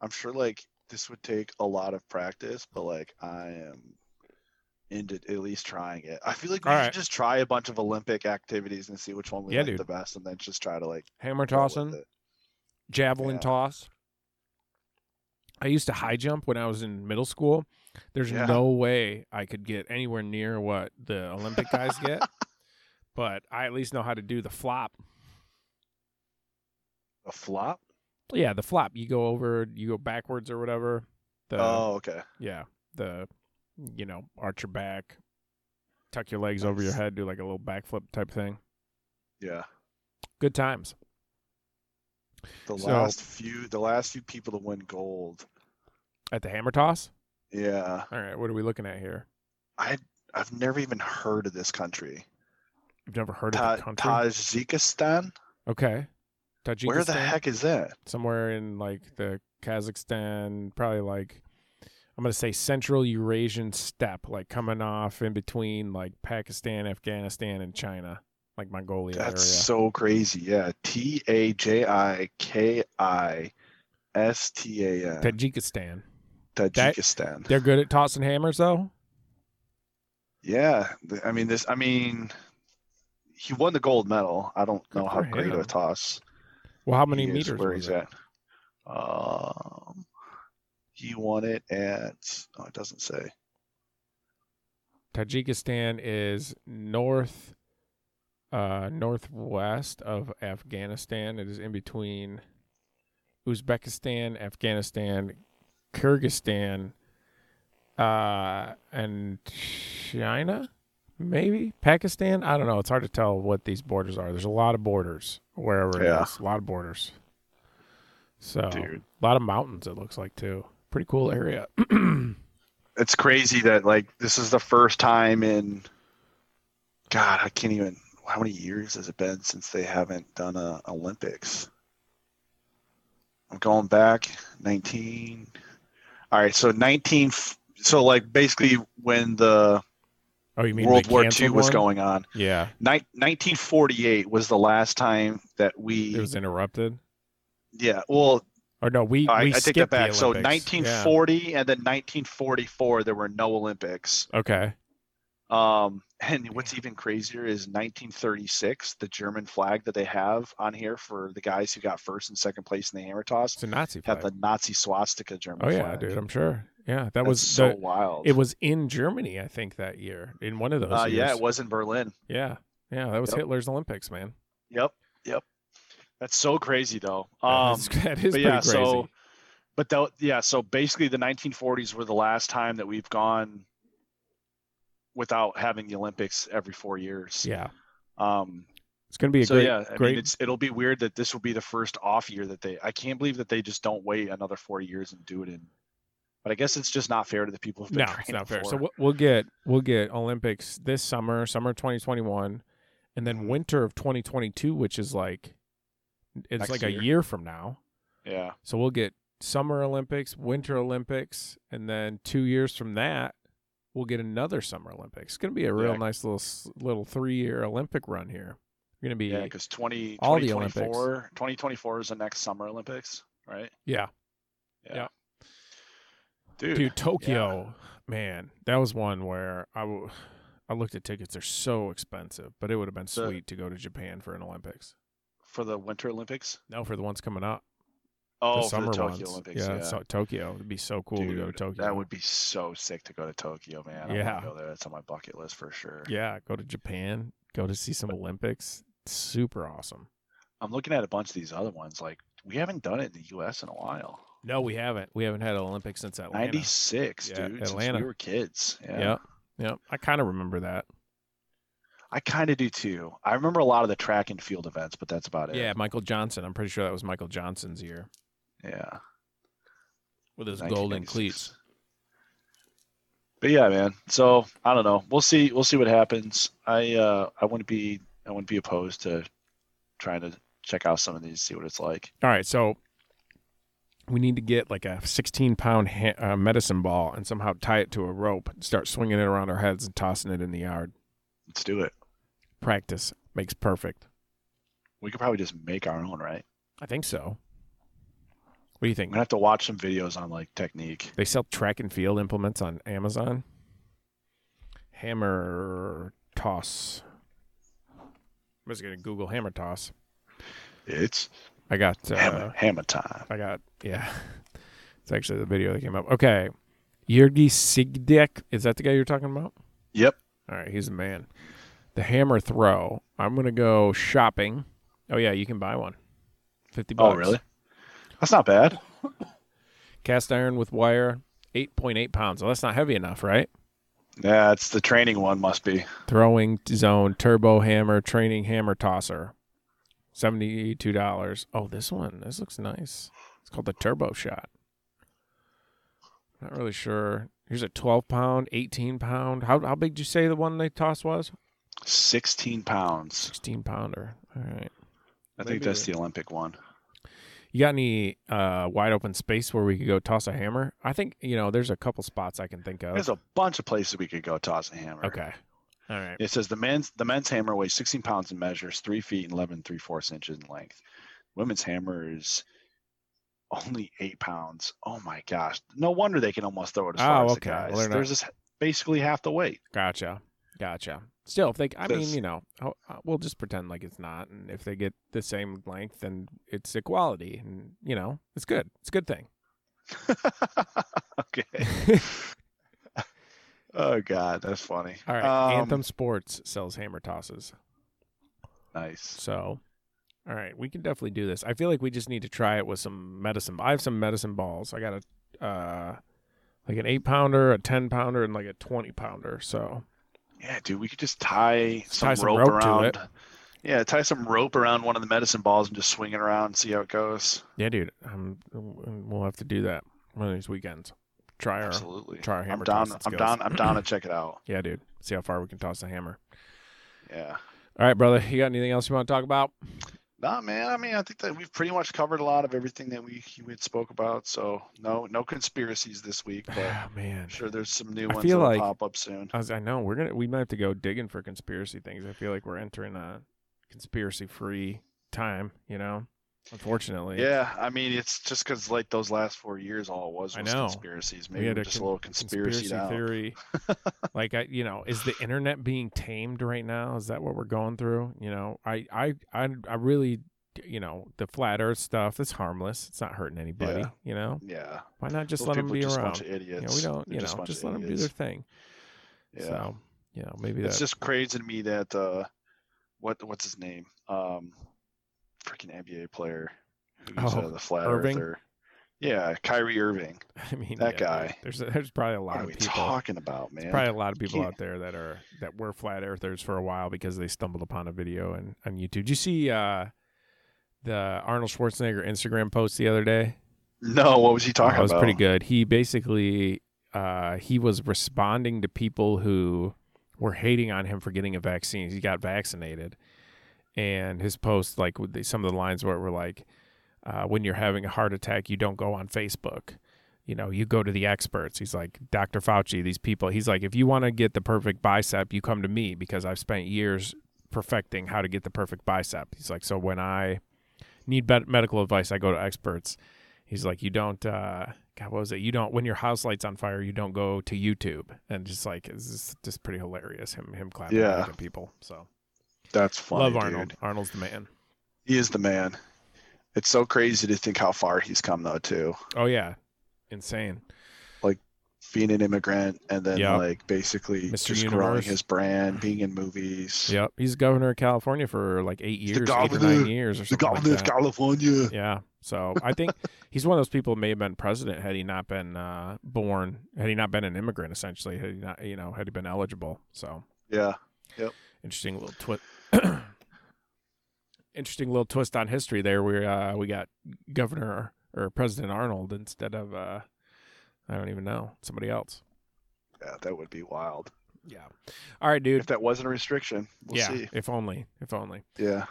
Speaker 4: I'm sure like this would take a lot of practice, but like I am into at least trying it. I feel like we
Speaker 3: All
Speaker 4: should
Speaker 3: right.
Speaker 4: just try a bunch of Olympic activities and see which one we
Speaker 3: Yeah,
Speaker 4: like
Speaker 3: dude.
Speaker 4: the best, and then just try to like
Speaker 3: Hammer
Speaker 4: go with
Speaker 3: tossing.
Speaker 4: it.
Speaker 3: javelin
Speaker 4: Yeah.
Speaker 3: toss. I used to high jump when I was in middle school. There's
Speaker 4: Yeah.
Speaker 3: no way I could get anywhere near what the Olympic guys get, but I at least know how to do the flop.
Speaker 4: A flop?
Speaker 3: Yeah, the flop. You go over, you go backwards or whatever. The
Speaker 4: oh, okay.
Speaker 3: yeah, the you know, arch your back, tuck your legs over your
Speaker 4: Nice.
Speaker 3: head, do like a little backflip type thing.
Speaker 4: Yeah.
Speaker 3: Good times.
Speaker 4: The
Speaker 3: So-
Speaker 4: last few, the last few people to win gold.
Speaker 3: At the hammer toss.
Speaker 4: Yeah,
Speaker 3: All right, what are we looking at here?
Speaker 4: I I've never even heard of this country.
Speaker 3: I've never heard
Speaker 4: Ta-
Speaker 3: of the country.
Speaker 4: Tajikistan?
Speaker 3: okay. Tajikistan.
Speaker 4: Where the heck is that?
Speaker 3: somewhere in like the Kazakhstan, probably like I'm gonna say Central Eurasian steppe, like coming off in between like Pakistan, Afghanistan, and China, like Mongolia
Speaker 4: That's
Speaker 3: area.
Speaker 4: so crazy. Yeah, T A J I K I S T A N.
Speaker 3: Tajikistan.
Speaker 4: Tajikistan.
Speaker 3: They're good at tossing hammers though.
Speaker 4: Yeah, th- I mean this. I mean, he won the gold medal. I don't
Speaker 3: Good
Speaker 4: know how
Speaker 3: for
Speaker 4: great of
Speaker 3: him.
Speaker 4: a toss.
Speaker 3: Well, how many
Speaker 4: he is,
Speaker 3: meters?
Speaker 4: Where
Speaker 3: was
Speaker 4: he's
Speaker 3: it?
Speaker 4: at? Um, he won it at. Oh, it doesn't say.
Speaker 3: Tajikistan is north uh northwest of Afghanistan. It is in between Uzbekistan, Afghanistan, Kyrgyzstan, uh and China, maybe Pakistan. I don't know. It's hard to tell what these borders are. There's a lot of borders wherever
Speaker 4: Yeah.
Speaker 3: it is. A lot of borders. So
Speaker 4: Dude.
Speaker 3: a lot of mountains. It looks like too. Pretty cool area.
Speaker 4: It's crazy that like this is the first time in. God, I can't even. How many years has it been since they haven't done a Olympics? I'm going back 19. All right, so 19. f- So like basically when the
Speaker 3: oh, you mean
Speaker 4: World
Speaker 3: they
Speaker 4: War II
Speaker 3: canceled
Speaker 4: was
Speaker 3: one?
Speaker 4: going on.
Speaker 3: Yeah,
Speaker 4: Nin- 1948 was the last time that we.
Speaker 3: it was interrupted.
Speaker 4: yeah, well,
Speaker 3: Or no, we
Speaker 4: I,
Speaker 3: we
Speaker 4: I
Speaker 3: skipped
Speaker 4: take that back.
Speaker 3: The
Speaker 4: So
Speaker 3: Olympics. Yeah.
Speaker 4: 1940 and then 1944, there were no Olympics.
Speaker 3: Okay.
Speaker 4: Um, and what's even crazier is 1936, the German flag that they have on here for the guys who got first and second place in the hammer toss
Speaker 3: It's a Nazi flag.
Speaker 4: have the Nazi swastika German
Speaker 3: oh yeah,
Speaker 4: flag.
Speaker 3: dude. I'm sure. Yeah, that
Speaker 4: That's
Speaker 3: was
Speaker 4: so
Speaker 3: the,
Speaker 4: wild.
Speaker 3: It was in Germany, I think, that year. In one of those.
Speaker 4: uh, yeah,
Speaker 3: years.
Speaker 4: it was in Berlin.
Speaker 3: Yeah, yeah. That was
Speaker 4: Yep.
Speaker 3: Hitler's Olympics, man.
Speaker 4: Yep, yep. That's so crazy though.
Speaker 3: That
Speaker 4: Um,
Speaker 3: is- that is pretty
Speaker 4: but yeah,
Speaker 3: crazy.
Speaker 4: so but though yeah, so basically the 1940s were the last time that we've gone without having the Olympics every four years.
Speaker 3: yeah,
Speaker 4: Um,
Speaker 3: it's gonna be a
Speaker 4: so
Speaker 3: great,
Speaker 4: yeah, I
Speaker 3: great.
Speaker 4: mean, it's it'll be weird that this will be the first off year that they. I can't believe that they just don't wait another four years and do it in. But I guess it's just not fair to the people. Who've been
Speaker 3: no, it's
Speaker 4: training
Speaker 3: not fair. So
Speaker 4: for it.
Speaker 3: we'll, we'll get we'll get Olympics this summer, summer 2021, and then winter of 2022, which is like it's
Speaker 4: Next
Speaker 3: like a
Speaker 4: year.
Speaker 3: year from now.
Speaker 4: yeah,
Speaker 3: So we'll get Summer Olympics, Winter Olympics, and then two years from that, we'll get another Summer Olympics. It's going to be a real
Speaker 4: Yeah.
Speaker 3: nice little s- little three year Olympic run here. We're going to be
Speaker 4: yeah,
Speaker 3: yeah,
Speaker 4: because 20,
Speaker 3: all the
Speaker 4: 2024, 2024 is the next Summer Olympics, right?
Speaker 3: Yeah.
Speaker 4: Dude,
Speaker 3: dude, Tokyo, man, that was one where I w- I looked at tickets; they're so expensive, but it would have been
Speaker 4: The-
Speaker 3: sweet to go to Japan for an Olympics.
Speaker 4: for the Winter Olympics.
Speaker 3: No, for the ones coming up,
Speaker 4: Oh,
Speaker 3: the
Speaker 4: for
Speaker 3: summer
Speaker 4: the Tokyo
Speaker 3: ones.
Speaker 4: Olympics.
Speaker 3: yeah,
Speaker 4: yeah.
Speaker 3: So, Tokyo. It'd be so cool to go to
Speaker 4: Dude,
Speaker 3: Tokyo.
Speaker 4: That would be so sick to go to Tokyo, man. I
Speaker 3: Yeah.
Speaker 4: want to go there. That's on my bucket list for sure.
Speaker 3: yeah, go to Japan, go to see some Olympics. Super awesome.
Speaker 4: I'm looking at a bunch of these other ones. Like we haven't done it in the U.S. in a while.
Speaker 3: No, we haven't. We haven't had an Olympics since Atlanta.
Speaker 4: 96,
Speaker 3: Yeah,
Speaker 4: dude. Since
Speaker 3: Atlanta.
Speaker 4: we were kids. Yeah.
Speaker 3: Yep. Yep. I kind of remember that.
Speaker 4: I kind of do too. I remember a lot of the track and field events, but that's about it.
Speaker 3: Yeah, Michael Johnson. I'm pretty sure that was Michael Johnson's year
Speaker 4: Yeah.
Speaker 3: with his golden
Speaker 4: 1996.
Speaker 3: cleats.
Speaker 4: But yeah, man. So I don't know. We'll see. We'll see what happens. I uh, I wouldn't be I wouldn't be opposed to trying to check out some of these, see what it's like.
Speaker 3: All right, so we need to get like a 16 pound ha- uh, medicine ball and somehow tie it to a rope and start swinging it around our heads and tossing it in the yard.
Speaker 4: Let's do it.
Speaker 3: Practice makes perfect.
Speaker 4: We could probably just make our own, right?
Speaker 3: I think so. What do you
Speaker 4: I'm
Speaker 3: think?
Speaker 4: gonna have to watch some videos on like technique.
Speaker 3: They sell track and field implements on Amazon. Hammer toss. I was gonna Google hammer toss.
Speaker 4: It's
Speaker 3: I got. Uh,
Speaker 4: hammer, hammer time.
Speaker 3: I got. Yeah, it's actually the video that came up. Okay, Yergi Sigdek. Is that the guy you're talking about?
Speaker 4: Yep.
Speaker 3: All right, he's a man. The hammer throw. I'm gonna go shopping. Oh yeah, you can buy one. Fifty
Speaker 4: Oh
Speaker 3: bucks.
Speaker 4: really? That's not bad.
Speaker 3: Cast iron with wire. Eight point eight pounds. Well, that's not heavy enough, right?
Speaker 4: Yeah, it's the training one must be.
Speaker 3: throwing zone turbo hammer training hammer tosser $72 oh this one this looks nice it's called the turbo shot not really sure here's a 12 pound 18 pound how, how big did you say the one they tossed was
Speaker 4: 16 pounds.
Speaker 3: 16 pounder all right
Speaker 4: I
Speaker 3: Maybe
Speaker 4: think that's
Speaker 3: the-
Speaker 4: the Olympic one.
Speaker 3: you got any uh, wide open space where we could go toss a hammer i think you know there's a couple spots i can think of
Speaker 4: There's a bunch of places we could go toss a hammer.
Speaker 3: okay all right
Speaker 4: It says the men's the men's hammer weighs 16 pounds and measures three feet and 11 three fourths inches in length. Women's hammer is only eight pounds. Oh my gosh! No wonder they can almost throw it as far
Speaker 3: Oh,
Speaker 4: as the
Speaker 3: okay. Well,
Speaker 4: guys.
Speaker 3: they're not-
Speaker 4: There's just basically half the weight.
Speaker 3: gotcha Gotcha. Still, if they, I mean,
Speaker 4: Because-
Speaker 3: you know, I'll- I'll- we'll just pretend like it's not, and if they get the same length, then it's equality, and you know, it's good. It's a good thing.
Speaker 4: okay. Oh God, that's funny.
Speaker 3: All right.
Speaker 4: Um,
Speaker 3: Anthem Sports sells hammer tosses,
Speaker 4: Nice.
Speaker 3: so all right, we can definitely do this. I feel like we just need to try it with some medicine. I have some medicine balls. I got a, uh, like an eight pounder, a ten pounder, and like a twenty pounder. So
Speaker 4: Yeah, dude, we could just tie some,
Speaker 3: tie some
Speaker 4: rope,
Speaker 3: rope to
Speaker 4: around.
Speaker 3: it.
Speaker 4: Yeah, tie some rope around one of the medicine balls and just swing it around and see how it goes.
Speaker 3: yeah, dude, um, we'll have to do that one of these weekends. Try our
Speaker 4: Absolutely.
Speaker 3: try our
Speaker 4: I'm
Speaker 3: hammer
Speaker 4: down.
Speaker 3: toss
Speaker 4: I'm
Speaker 3: skills.
Speaker 4: down. I'm down to check it out.
Speaker 3: Yeah, dude. See how far we can toss the hammer.
Speaker 4: Yeah.
Speaker 3: All right, brother. You got anything else you want to talk about?
Speaker 4: Nah, man. I mean, I think that we've pretty much covered a lot of everything that we we had spoke about. So no, no conspiracies this week, but I'm
Speaker 3: Oh, man.
Speaker 4: sure there's some new
Speaker 3: I
Speaker 4: ones
Speaker 3: feel
Speaker 4: that'll
Speaker 3: like-
Speaker 4: pop up soon.
Speaker 3: I, was, I know we're gonna we might have to go digging for conspiracy things. I feel like we're entering a conspiracy free time, you know? Unfortunately.
Speaker 4: Yeah, I mean, it's just because like those last four years, all it was
Speaker 3: I
Speaker 4: was
Speaker 3: know.
Speaker 4: conspiracies. Maybe
Speaker 3: had
Speaker 4: we're
Speaker 3: a
Speaker 4: just
Speaker 3: con-
Speaker 4: a little
Speaker 3: Conspiracy,
Speaker 4: conspiracy, now.
Speaker 3: theory. like I you know, is the internet being tamed right now? Is that what we're going through? You know, I I I, I really you know, the flat earth stuff, it's harmless. It's not hurting anybody,
Speaker 4: Yeah.
Speaker 3: you know?
Speaker 4: Yeah,
Speaker 3: Why not just
Speaker 4: those
Speaker 3: let them
Speaker 4: people
Speaker 3: be
Speaker 4: are just a
Speaker 3: around?
Speaker 4: bunch of idiots.
Speaker 3: Yeah, we don't,
Speaker 4: They're
Speaker 3: you
Speaker 4: just a
Speaker 3: know,
Speaker 4: bunch
Speaker 3: just
Speaker 4: of
Speaker 3: let them do
Speaker 4: idiots.
Speaker 3: their thing.
Speaker 4: Yeah.
Speaker 3: So, you know, maybe
Speaker 4: It's
Speaker 3: that's
Speaker 4: just crazy to me that uh, what what's his name? Um, freaking NBA player who's
Speaker 3: Oh,
Speaker 4: uh, the flat
Speaker 3: Irving?
Speaker 4: earther. Yeah, Kyrie Irving.
Speaker 3: I mean,
Speaker 4: that
Speaker 3: yeah,
Speaker 4: guy.
Speaker 3: There's there's probably a
Speaker 4: What
Speaker 3: lot
Speaker 4: are
Speaker 3: of
Speaker 4: we
Speaker 3: people.
Speaker 4: talking about,
Speaker 3: there's
Speaker 4: man?
Speaker 3: probably a lot of people
Speaker 4: can't-
Speaker 3: out there that are that were flat earthers for a while because they stumbled upon a video and on YouTube. Did you see uh, the Arnold Schwarzenegger Instagram post the other day?
Speaker 4: No, what was he talking
Speaker 3: Oh, That was
Speaker 4: about?
Speaker 3: pretty good. He basically uh, he was responding to people who were hating on him for getting a vaccine. He got vaccinated, and his post like with the, some of the lines where it were like, uh, "When you're having a heart attack, you don't go on Facebook." You know, you go to the experts. He's like Dr. Fauci, these people. He's like, if you want to get the perfect bicep, you come to me because I've spent years perfecting how to get the perfect bicep. He's like, so when I need bet- medical advice, I go to experts. He's like, you don't, uh, God, what was it? You don't, when your house light's on fire, you don't go to YouTube. And just like, it's just, just pretty hilarious. Him, him clapping
Speaker 4: Yeah.
Speaker 3: back at people. So
Speaker 4: That's funny.
Speaker 3: love
Speaker 4: dude.
Speaker 3: Arnold. Arnold's the man.
Speaker 4: He is the man. It's so crazy to think how far he's come though, too.
Speaker 3: Oh yeah. Insane.
Speaker 4: Being an immigrant and then
Speaker 3: Yep.
Speaker 4: like basically
Speaker 3: Mr.
Speaker 4: just growing
Speaker 3: Universe.
Speaker 4: his brand, being in movies.
Speaker 3: Yep. He's governor of California for like eight
Speaker 4: the
Speaker 3: years, eight or nine
Speaker 4: governor.
Speaker 3: years or
Speaker 4: The
Speaker 3: something. like
Speaker 4: governor of
Speaker 3: that.
Speaker 4: California.
Speaker 3: Yeah. So I think he's one of those people who may have been president had he not been, uh, born, had he not been an immigrant, essentially, had he not, you know, had he been eligible. So
Speaker 4: Yeah.
Speaker 3: interesting little twist. interesting little twist on history there. We uh, we got Governor or President Arnold instead of uh, I don't even know somebody else.
Speaker 4: Yeah, that would be wild.
Speaker 3: Yeah. All right, dude.
Speaker 4: If that wasn't a restriction, we'll
Speaker 3: yeah.
Speaker 4: see.
Speaker 3: If only. If only.
Speaker 4: Yeah.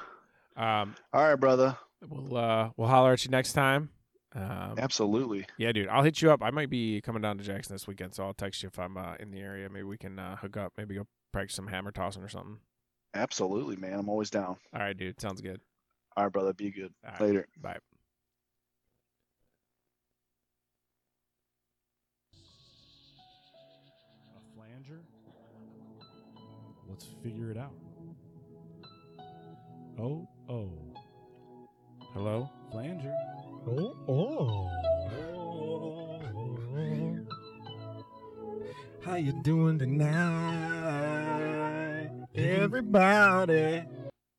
Speaker 3: Um,
Speaker 4: All right, brother.
Speaker 3: we'll uh, we'll holler at you next time. Um,
Speaker 4: Absolutely.
Speaker 3: yeah, dude. I'll hit you up. I might be coming down to Jackson this weekend, so I'll text you if I'm uh, in the area. Maybe we can uh, hook up. Maybe go practice some hammer tossing or something.
Speaker 4: Absolutely, man. I'm always down.
Speaker 3: All right, dude. Sounds good.
Speaker 4: All right, brother. Be good.
Speaker 3: All right.
Speaker 4: Later.
Speaker 3: Bye.
Speaker 2: A flanger? Let's figure it out. Oh, oh.
Speaker 3: Hello.
Speaker 2: Flanger. Oh,
Speaker 5: How you doing tonight, everybody?